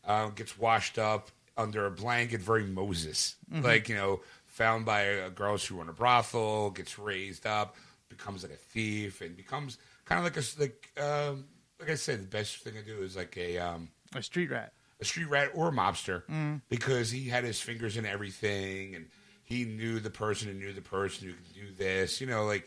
um, gets washed up under a blanket, very Moses, like you know, found by a, a girl who run a brothel, gets raised up, becomes like a thief, and becomes kind of like a s- like um, like I said, the best thing to do is like a um, a street rat. a street rat or a mobster because he had his fingers in everything and he knew the person who knew the person who could do this. You know, like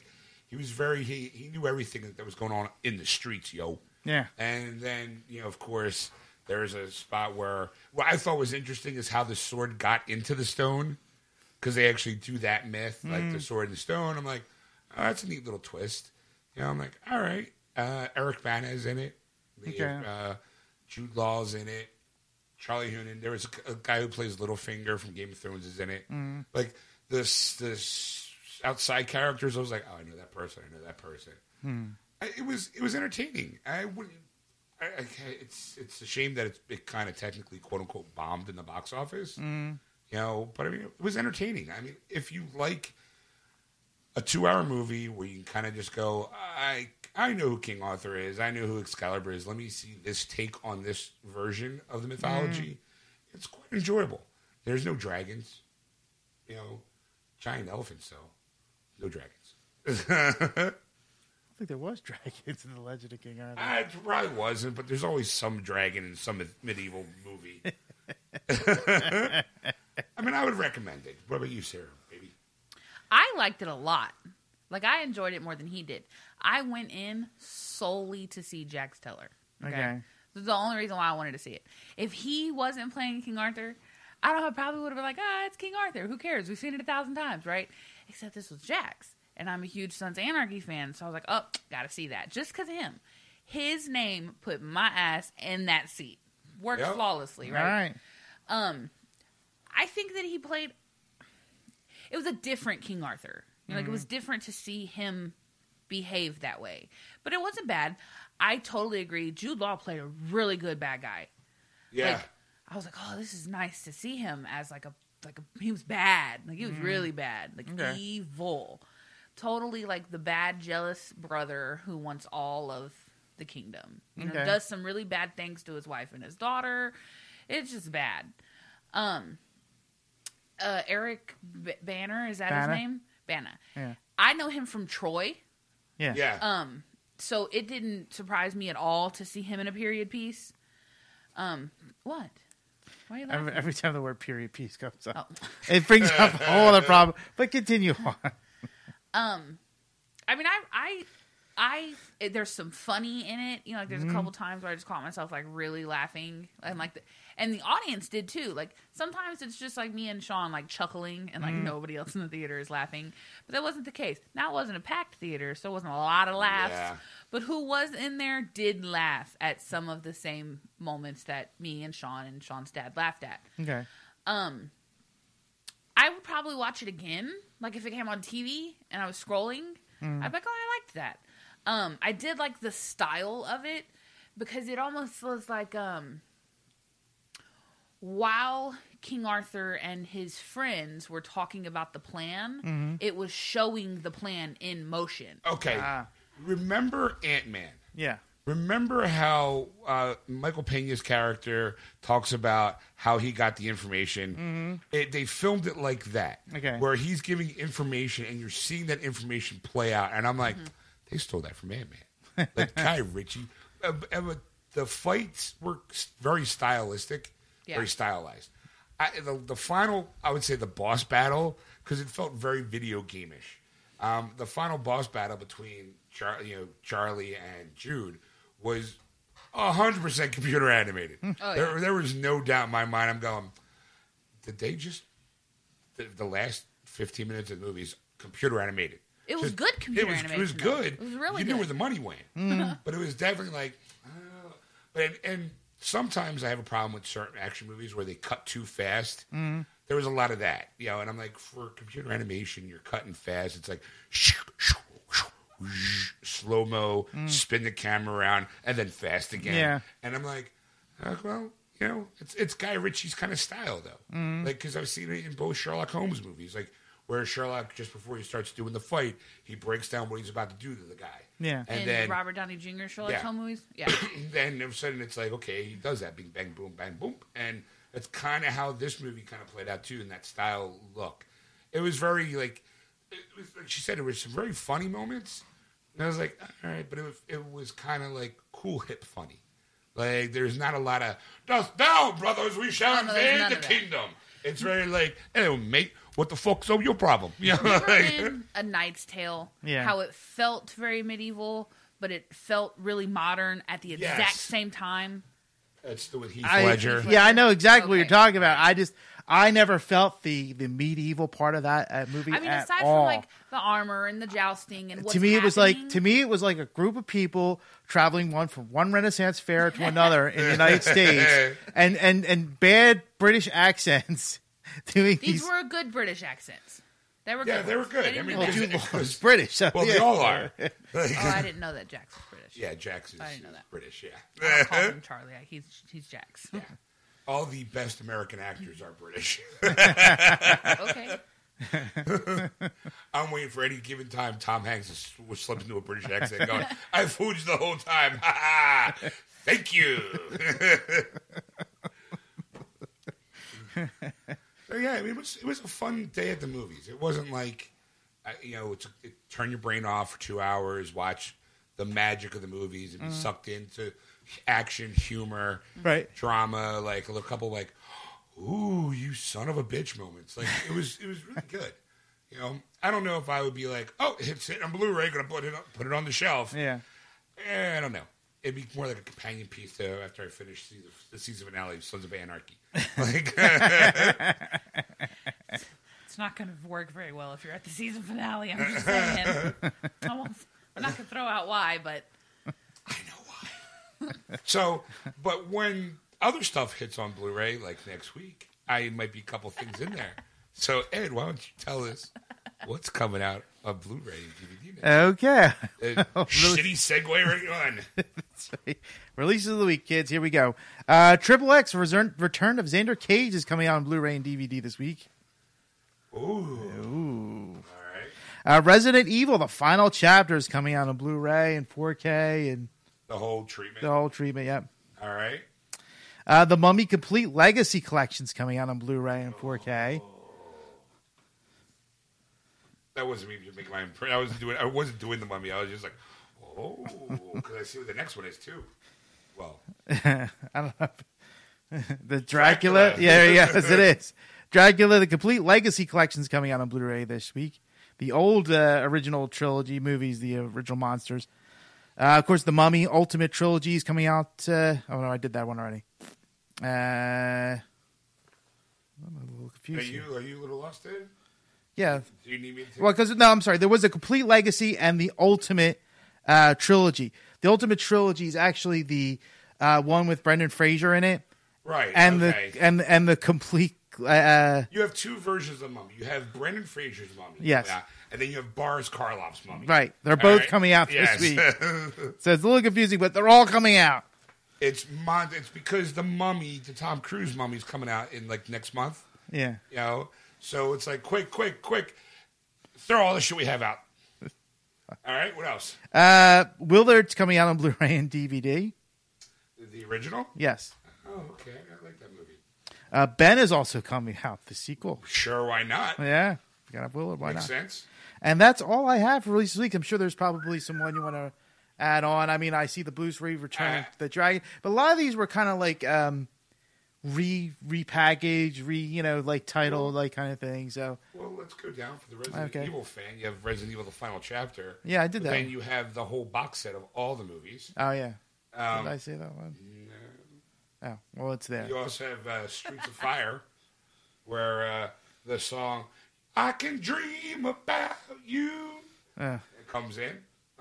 he was very he, he knew everything that was going on in the streets, yo. Yeah. And then, you know, of course, there's a spot where what I thought was interesting is how the sword got into the stone because they actually do that myth, like the sword and the stone. I'm like, oh, that's a neat little twist. You know, I'm like, all right. Uh, Eric Bana is in it. The, Okay. uh, Jude Law's in it. Charlie Hunnam. There was a, a guy who plays Littlefinger from Game of Thrones is in it. Like this, this outside characters. I was like, oh, I know that person. I know that person. I, it was it was entertaining. I wouldn't. I, I, can't- it's it's a shame that it, it kind of technically quote unquote bombed in the box office. You know, but I mean, it was entertaining. I mean, if you like a two-hour movie where you can kind of just go, I I know who King Arthur is, I know who Excalibur is. Let me see this take on this version of the mythology. It's quite enjoyable. There's no dragons, you know, giant elephants though, no dragons. I think there was dragons in the Legend of King Arthur. I probably wasn't, but there's always some dragon in some medieval movie. I mean, I would recommend it. What about you, Sarah? Baby, I liked it a lot. Like I enjoyed it more than he did. I went in solely to see Jax Teller. Okay. This is the only reason why I wanted to see it. If he wasn't playing King Arthur, I don't know, I probably would have been like, ah, it's King Arthur. Who cares? We've seen it a thousand times, right? Except this was Jax. And I'm a huge Sons of Anarchy fan, so I was like, oh, gotta see that. Just because of him. His name put my ass in that seat. Worked Yep. flawlessly, All right. I think that he played it was a different King Arthur. You know, Like it was different to see him behave that way. But it wasn't bad. I totally agree. Jude Law played a really good bad guy. Yeah. Like, I was like, oh, this is nice to see him as like a like a, he was bad. Like he was really bad. Like Mm-hmm. Okay. evil. Totally like the bad jealous brother who wants all of the kingdom. You know, Okay. does some really bad things to his wife and his daughter. It's just bad. Um uh Eric B- Banner is that Banner? his name? Banner. Yeah. I know him from Troy. Yeah. yeah. Um, so it didn't surprise me at all to see him in a period piece. Um, what? Why are you laughing? Every, every time the word period piece comes up, Oh. it brings up a whole other problem. But continue on. Um, I mean, I, I, I. it- there's some funny in it. You know, like there's a couple times where I just caught myself like really laughing, and like, the, and the audience did too. Like sometimes it's just like me and Sean like chuckling, and like nobody else in the theater is laughing. But that wasn't the case. Now it wasn't a packed theater, so it wasn't a lot of laughs. Yeah. But who was in there did laugh at some of the same moments that me and Sean and Sean's dad laughed at. Okay. Um, I would probably watch it again. Like if it came on TV and I was scrolling, Hmm. I'd be like, "Oh, I liked that." Um, I did like the style of it because it almost was like um, while King Arthur and his friends were talking about the plan, Mm-hmm. it was showing the plan in motion. okay. Ah. Remember Ant Man. Yeah. Remember how uh, Michael Pena's character talks about how he got the information? It, they filmed it like that, Okay. where he's giving information and you're seeing that information play out. And I'm like, Mm-hmm. they stole that from Ant Man, like Guy Ritchie. Uh, b- uh, but the fights were s- very stylistic, Yeah. very stylized. I, the, the final, I would say, the boss battle because it felt very video game ish. Um, the final boss battle between Char- you know Charlie and Jude was hundred percent computer animated. Oh, there, yeah. there was no doubt in my mind. I'm going. Did they just the, the last fifteen minutes of the movie is computer animated? It was Just- good computer it was, It was animation, though. Mm. good. It was really You knew good. where the money went, but it was definitely like. oh. But and, and sometimes I have a problem with certain action movies where they cut too fast. Mm. There was a lot of that, you know, and I'm like, for computer animation, you're cutting fast. It's like slow mo, spin the camera around, and then fast again. Mm. Yeah. And I'm like, uh, well, you know, it's it's Guy Ritchie's kind of style though, Mm-hmm. like because I've seen it in both Sherlock Holmes movies, like where Sherlock just before he starts doing the fight, he breaks down what he's about to do to the guy. Yeah. and in then Robert Downey Jr. Sherlock Yeah. Holmes movies, yeah. then all of a sudden it's like okay, he does that, bing bang boom bang boom, and that's kind of how this movie kind of played out too in that style look. It was very like, it was, like she said, it was some very funny moments, and I was like, all right, but it was, it was kind of like cool hip funny. Like there's not a lot of dost thou, brothers, we shall Oh, no, there's invade none the of that. kingdom. It's very like, hey mate, what the fuck's over your problem? You know, like- Remember in A Knight's Tale, Yeah. how it felt very medieval, but it felt really modern at the exact Yes. same time. that's the with Heath I, Ledger. Yeah, I know exactly what you're Okay. talking about. I just I never felt the the medieval part of that uh, movie. I mean, at aside all. from like the armor and the jousting and what's to me it was like happening, to me it was like a group of people traveling one from one renaissance fair to another in the united states and and and bad british accents doing these these, were good British accents. They were Yeah, good they were ones. good. I didn't mean, do it that. was- it was- british so, Well, they yeah. all are. Like- oh, I didn't know that Jax was British. Yeah, Jax is I didn't know that. British. I Yeah. call him Charlie. I- He's he's Jax. All the best American actors are British. okay. I'm waiting for any given time Tom Hanks to s- will slip into a British accent going, I fooled you the whole time. Ha ha. Thank you. So, yeah, I mean, it was, it was a fun day at the movies. It wasn't like, I- you know, it's, it, turn your brain off for two hours, watch the magic of the movies, and be sucked into action, humor, Right. drama, like a little couple like, "Ooh, you son of a bitch" moments. Like it was, it was really good. You know, I don't know if I would be like, "Oh, it's hitting on Blu-ray, gonna put it on, put it on the shelf." yeah Eh, I don't know. It'd be more like a companion piece though. After I finish season, the season finale of Sons of Anarchy, like It's not going to work very well if you're at the season finale. I'm just saying. I won't, I'm not going to throw out why, but I know why. so, but when other stuff hits on Blu-ray, like next week, I might be a couple things in there. So, Ed, why don't you tell us what's coming out on Blu-ray and DVD? Okay. next? Oh, Uh, Shitty segue right on. Releases of the week, kids. Here we go. Uh, Triple X Return, Return of Xander Cage is coming out on Blu-ray and DVD this week. Ooh. All right. Uh, Resident Evil: The Final Chapter is coming out on Blu-ray and 4K and The whole treatment. the whole treatment. Yep. All right. Uh, the Mummy Complete Legacy Collection's coming out on Blu-ray and 4K. That wasn't me making my impression. I was doing. I wasn't doing the mummy. I was just like, oh, because I see what the next one is too. Well, I don't know. the Dracula. Dracula. Yeah, yes, it is. Dracula: The Complete Legacy Collection's coming out on Blu-ray this week. The old uh, original trilogy movies, the original monsters. Uh, of course, the Mummy Ultimate Trilogy is coming out. Uh, oh no, I did that one already. Uh, I'm a little are confused. you here. are you a little lost there? Yeah. Do you need me to? Well, because no, I'm sorry. There was a complete legacy and the ultimate uh, trilogy. The ultimate trilogy is actually the uh, one with Brendan Fraser in it, right. and okay. the and and the complete. Uh, you have two versions of mummy. You have Brendan Fraser's mummy. Yes. yeah, and then you have Boris Karloff's mummy. right, they're All both right? coming out Yes. this week, so it's a little confusing, but they're all coming out. it's mon- It's because the mummy, the Tom Cruise mummy, is coming out in like next month. Yeah, You know, so it's like quick, quick, quick. Throw all the shit we have out. All right. What else? uh, Willard's coming out on Blu-ray and DVD. The original. Yes, Oh, okay. I like that movie. uh, Ben is also coming out the sequel. Sure, why not? Yeah, we got Willard. Why Makes not? sense. And that's all I have for release this week. I'm sure there's probably someone you want to add on. I mean, I see the Blues Reeve returning Ah. the Dragon, but a lot of these were kind of like um, re repackaged, re you know like title like kind of thing. So Well, let's go down for the Resident Okay. Evil fan. You have Resident Evil: The Final Chapter. Yeah, I did But that. Then you have the whole box set of all the movies. oh yeah, Um, did I say that one? Oh well, it's there. You also have uh, Streets of Fire, where uh, the song "I Can Dream About You" Uh, comes in.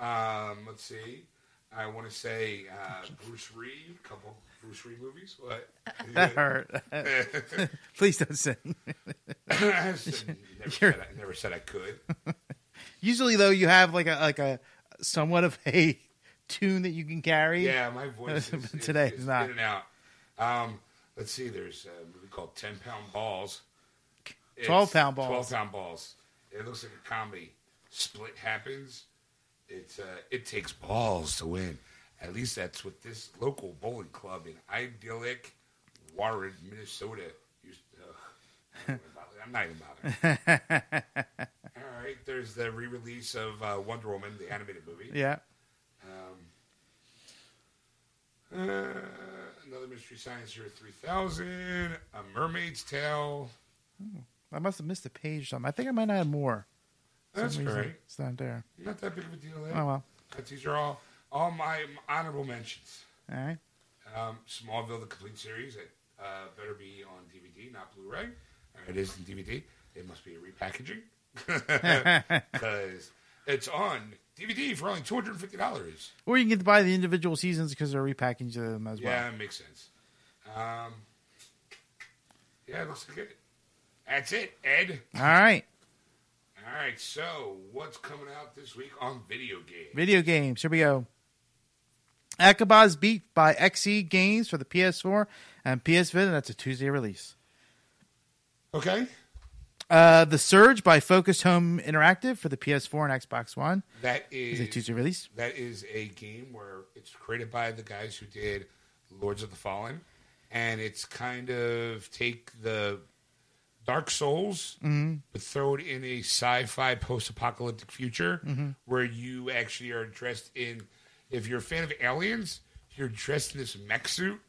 Um, let's see. I want to say uh, Bruce Reed, couple Bruce Reed movies. What? that hurt. Please don't sing. I said- never, said I, never said I could. Usually though, you have like a like a somewhat of a tune that you can carry. Yeah, my voice is, is- Today is is not. in and out. Um, let's see. There's a movie called Ten Pound Balls. It's 12 pound balls. Twelve pound balls. It looks like a comedy. Split happens. It's uh, it takes balls to win. At least that's what this local bowling club in idyllic Warren, Minnesota. Used ugh. I don't wanna bother- I'm not even bothering. All right, there's the re-release of uh, Wonder Woman, the animated movie. yeah. Uh, another Mystery Science Year 3000, A Mermaid's Tale. I must have missed a page. or Something. I think I might add more. For That's some reason, great. It's not there. Not that big of a deal. eh? Oh well. But these are all, all my honorable mentions. All right. Um, Smallville, the complete series, it uh, better be on DVD, not Blu-ray. Uh, It is in DVD. It must be a repackaging because it's on DVD for only two hundred and fifty dollars. Or you can get to buy the individual seasons because they're repackaged them as well. Yeah, it makes sense. Um, yeah, it looks like it. That's it, Ed. All right. All right, so what's coming out this week on video games? Video games. Here we go. Akaba's Beat by XE Games for the PS4 and PS Vita. That's a Tuesday release. Okay, Uh, the Surge by Focus Home Interactive for the PS4 and Xbox One. that Is is a Tuesday release. that is a game where it's created by the guys who did Lords of the Fallen, and it's kind of take the Dark Souls, but throw it in a sci-fi post-apocalyptic future where you actually are dressed in. If you're a fan of aliens, you're dressed in this mech suit,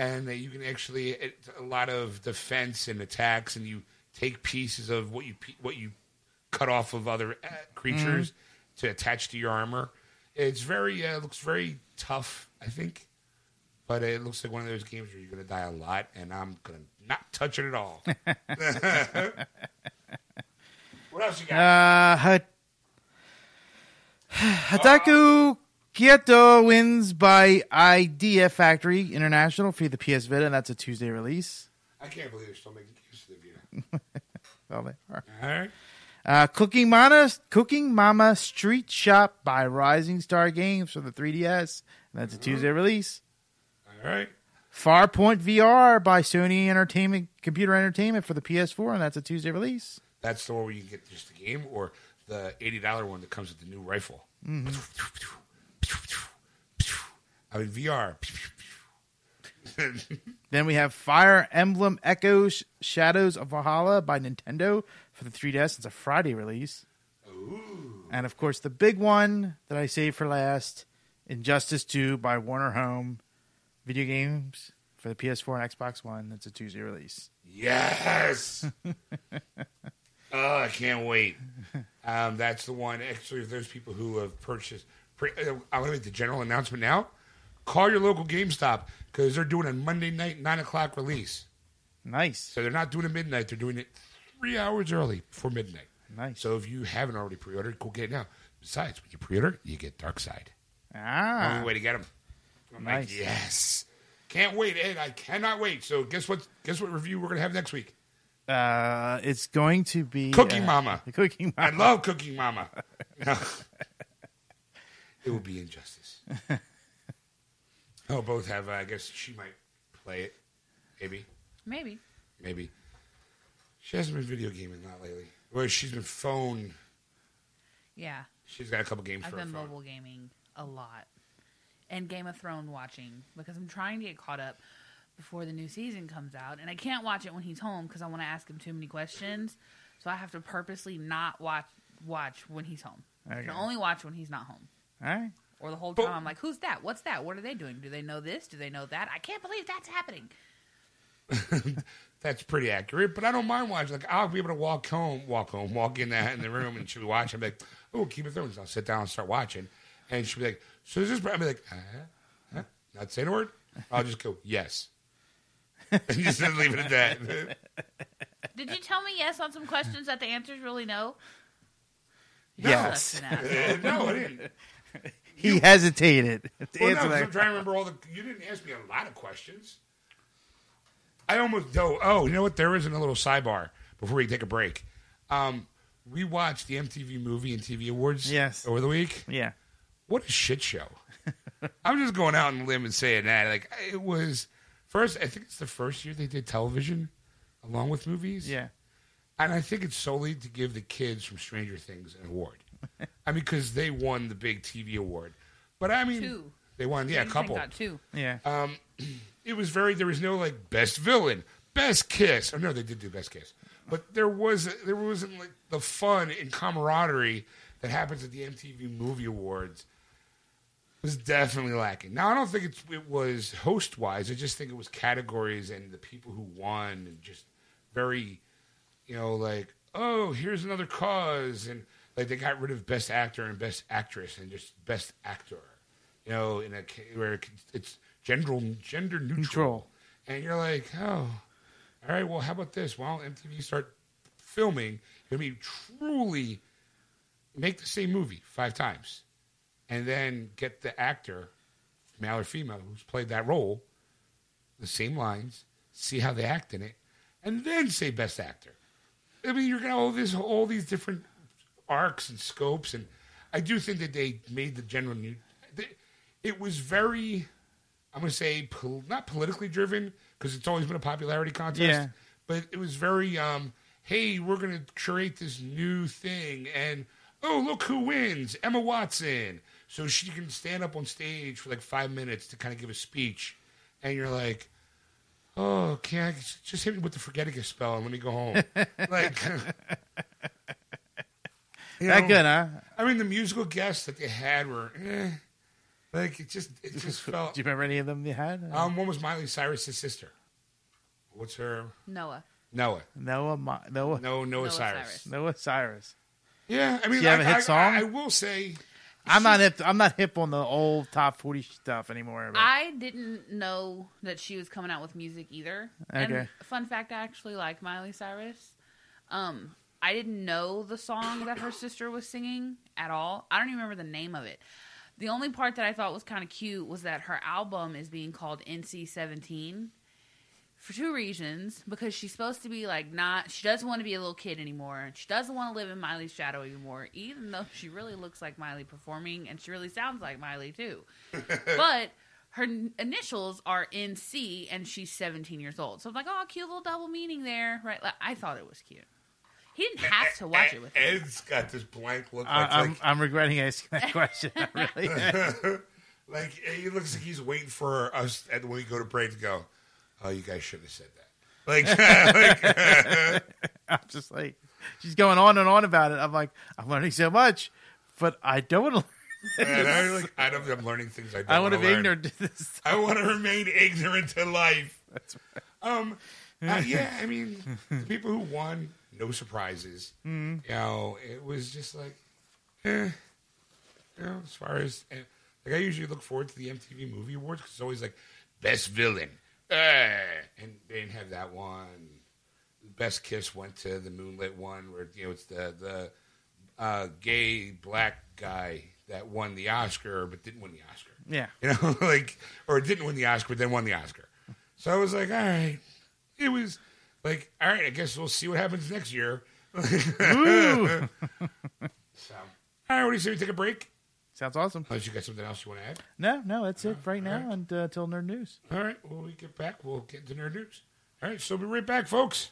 and that you can actually it, a lot of defense and attacks, and you take pieces of what you pe- what you cut off of other uh, creatures to attach to your armor. It's very uh, looks very tough, I think, but it looks like one of those games where you're going to die a lot, and I'm going to not touch it at all. What else you got? Uh, Hat- Hataku Kyoto wins by Idea Factory International for the PS Vita. And that's a Tuesday release. I can't believe they're still making games for the Vita. all they are. All right. Uh, Cooking Mama, Cooking Mama Street Shop by Rising Star Games for the 3DS. And that's a Tuesday release. All right. Farpoint VR by Sony Entertainment Computer Entertainment for the PS4, and that's a Tuesday release. That's the one where you can get just the game or the $80 one that comes with the new rifle. I mean, VR. Then we have Fire Emblem Echoes Shadows of Valhalla by Nintendo for the 3DS. It's a Friday release. And of course, the big one that I saved for last Injustice 2 by Warner Home Video Games for the PS4 and Xbox One. That's a Tuesday release. Yes. oh, I can't wait. Um, that's the one. Actually, if there's people who have purchased, pre- uh, I'm going to make the general announcement now. Call your local GameStop because they're doing a Monday night nine o'clock release. Nice. So they're not doing it midnight. They're doing it three hours early before midnight. Nice. So if you haven't already pre-ordered, go get it now. Besides, when you pre-order, you get Dark Side. Ah. Only way to get them. I'm Nice. like, yes. Can't wait, Ed. I cannot wait. So guess what? Guess what review we're going to have next week? Uh, it's going to be Cooking uh, Mama. The Cooking I Mama. love Cooking Mama. No. it would be injustice. Oh, both have. Uh, I guess she might play it. Maybe. Maybe. Maybe. She hasn't been video gaming a lot lately. Well, she's been phone. Yeah. She's got a couple games I've for her been phone. mobile gaming a lot. And Game of Thrones watching because I'm trying to get caught up before the new season comes out. And I can't watch it when he's home because I want to ask him too many questions. So I have to purposely not watch watch when he's home. I Okay. can only watch when he's not home. All right. Or the whole But- time I'm like, who's that? What's that? What are they doing? Do they know this? Do they know that? I can't believe that's happening. That's pretty accurate, but I don't mind watching. Like I'll be able to walk home, walk home, walk in the in the room, and she'll be watching. I'm like, oh, Game of Thrones. I'll sit down and start watching, and she'll be like, so is this? I'll be like, uh, huh? not saying a word. I'll just go yes, and just leave it at that. Did you tell me yes on some questions that the answer's really no? Yes. Just listen out. no, I didn't. He hesitated to Well, no, answer 'cause that. I'm trying to remember all the. You didn't ask me a lot of questions. I almost though. Oh, you know what? There isn't a little sidebar before we take a break. Um, we watched the MTV Movie and TV Awards. Yes. over the week. Yeah. What a shit show! I'm just going out on a limb and saying that. Like it was first. I think it's the first year they did television along with movies. Yeah. And I think it's solely to give the kids from Stranger Things an award. I mean, because they won the big TV award. But I mean, Two. they won, yeah, a Things couple. Like that too. Yeah. Um, it was very. There was no like best villain, best kiss. Oh no, they did do best kiss, but there was there wasn't like the fun and camaraderie that happens at the MTV Movie Awards. Was definitely lacking. Now I don't think it's, it was host wise. I just think it was categories and the people who won and just very, you know, like oh here's another cause and like they got rid of best actor and best actress and just best actor, you know, in a ca- where it's gender gender neutral. Neutral. And you're like, oh, all right. Well, how about this? Why don't MTV start filming? I mean, truly make the same movie five times and then get the actor, male or female, who's played that role, the same lines, see how they act in it, and then say best actor. I mean, you're gonna all this all these different arcs and scopes, and I do think that they made the general new. they- It was very, I'm gonna say, pol- not politically driven because it's always been a popularity contest, Yeah. but it was very, um, hey, we're gonna create this new thing, and oh look who wins, Emma Watson, so she can stand up on stage for like five minutes to kind of give a speech, and you're like. Oh, can't just hit me with the forgetting spell and let me go home. like, you that know, good, huh? I mean, the musical guests that they had were, eh, like it just it just felt. Do you remember any of them you had? Um, one was Miley Cyrus' sister. What's her Noah. Noah? Noah, Ma- Noah, No, Noah, Noah Cyrus. Cyrus. Noah Cyrus. Yeah, I mean, She have a like, hit I- song? I, I will say, I'm not hip. I'm not hip on the old top forty stuff anymore. but- I didn't know that she was coming out with music either. And Okay. fun fact, I actually like Miley Cyrus. Um, I didn't know the song that her sister was singing at all. I don't even remember the name of it. The only part that I thought was kind of cute was that her album is being called NC 17 for two reasons. Because she's supposed to be like not. She doesn't want to be a little kid anymore. She doesn't want to live in Miley's shadow anymore. Even though she really looks like Miley performing, and she really sounds like Miley too. but her n- initials are NC, and she's 17 years old. So I'm like, oh, cute little double meaning there, right? Like, I thought it was cute. He didn't have to watch it with me. Ed's got this blank look. I, Like, I'm, like, I'm regretting asking that question. I really am. like he looks like he's waiting for us at when we go to break to go. Oh, you guys shouldn't have said that. Like, I'm just like, she's going on and on about it. I'm like, I'm learning so much, but I don't want to. and I'm, like I don't, I'm learning things I don't I want to wanna be learn. ignorant to this. I want to remain ignorant to life. That's right. Um, uh, yeah, I mean, the people who won, no surprises. Hmm. You know, it was just like, eh, you know, as far as and, like I usually look forward to the MTV Movie Awards because it's always like best villain, eh, and they didn't have that one. Best kiss went to the Moonlit one, where you know it's the the uh, gay black guy that won the Oscar but didn't win the Oscar Yeah. you know, like or didn't win the Oscar, but then won the Oscar. So I was like, all right, it was like, all right, I guess we'll see what happens next year. Ooh. So, all right, what do you say we take a break? Sounds awesome. Unless you got something else you want to add. No, no, that's it right now and uh, till nerd news. All right, when we get back, we'll get to nerd news. All right, so we'll be right back, folks.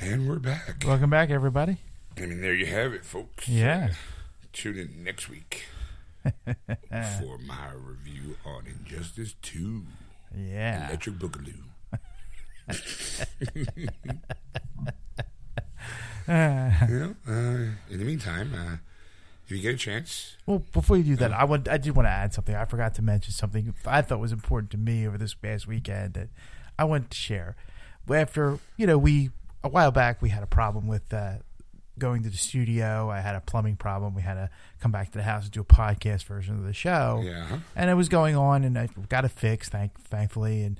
And we're back. Welcome back, everybody. I mean, there you have it, folks. Yeah. Tune in next week for my review on Injustice Two: Ah. Yeah. Electric Boogaloo. Yeah, uh, in the meantime, uh, if you get a chance, Well, before you do that, I want I did want to add something. I forgot to mention something I thought was important to me over this past weekend that I wanted to share. After you know, we a while back we had a problem with uh, going to the studio. I had a plumbing problem. We had to come back to the house and do a podcast version of the show. Yeah. and it was going on, and I got it fixed, thank thankfully. And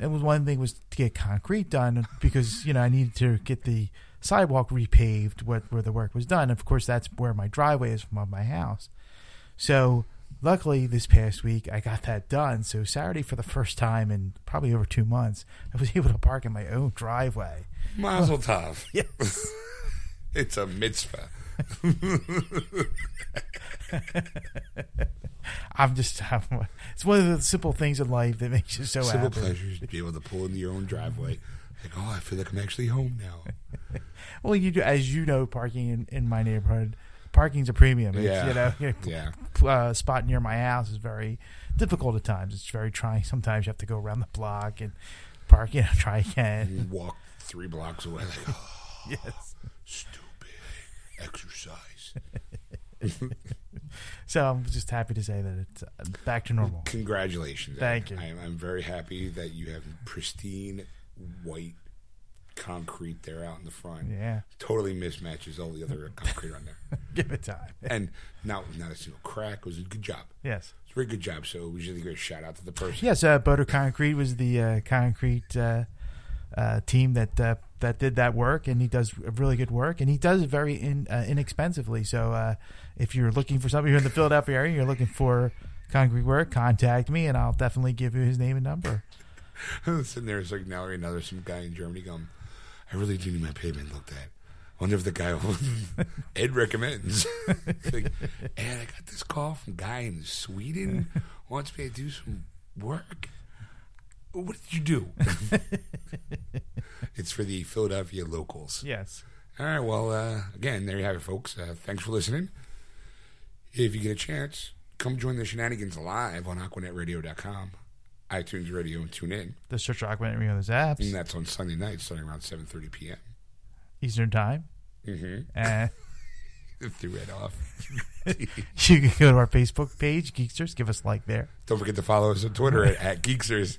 it was one thing was to get concrete done because you know I needed to get the sidewalk repaved where, where the work was done. Of course, that's where my driveway is from my house. So luckily this past week I got that done. So Saturday for the first time in probably over two months, I was able to park in my own driveway. Mazel Tov. Yes. It's a mitzvah. I'm just I'm, it's one of the simple things in life that makes you so Civil happy. pleasures to be able to pull into your own driveway. Like, oh, I feel like I'm actually home now. Well you do as you know, parking in, in my neighborhood parking's a premium. It's, Yeah. you know you- Yeah. uh, spot near my house is very difficult at times. It's very trying. Sometimes you have to go around the block and park, you know, try again. You walk three blocks away. Like, oh, Yes. stupid exercise. So I'm just happy to say that it's uh, back to normal. Congratulations. Thank Adam. you. I'm, I'm very happy that you have pristine white concrete there out in the front. Yeah. Totally mismatches all the other concrete on there. Give it time. And not, not a single crack. It was a good job. Yes. It's a very good job. So we should give a shout out to the person. Yes, uh, Boder Concrete was the uh, concrete uh, uh, team that uh, that did that work, and he does really good work, and he does it very in, uh, inexpensively. So uh, if you're looking for something, you're in the Philadelphia area, you're looking for concrete work, contact me, and I'll definitely give you his name and number. Sitting there, it's like now and now there's some guy in Germany going, I really do need my pavement looked at. Wonder if the guy will- Ed recommends. It's like, Ed, I got this call from a guy in Sweden wants me to do some work. What did you do? it's for the Philadelphia locals. Yes. All right. Well, uh, again, there you have it, folks. Uh, thanks for listening. If you get a chance, come join the shenanigans live on AquanetRadio.com, iTunes Radio, and tune in. The Search Rock went and those apps, And that's on Sunday night, starting around 7.30 p.m. Eastern Time. Mm-hmm. Uh, Threw it off. you can go to our Facebook page, Geeksters. Give us a like there. Don't forget to follow us on Twitter at, at Geeksters.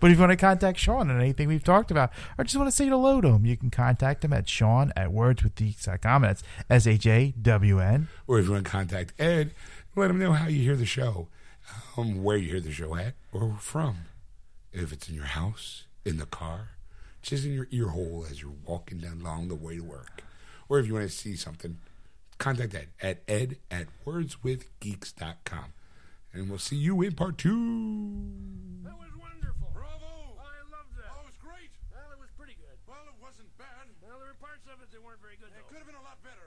But if you want to contact Sean on anything we've talked about, or just want to say hello to him, you can contact him at Sean at wordswithgeeks.com. That's S H A W N. Or if you want to contact Ed, let him know how you hear the show, um, where you hear the show at, or from. If it's in your house, in the car, just in your ear hole as you're walking down along the way to work. Or if you want to see something, contact Ed at ed at wordswithgeeks.com. And we'll see you in part two. That Oh, was wonderful. Bravo! I loved that. That was great. wasn't bad. Well, there were parts of it that weren't very good, It though. could have been a lot better.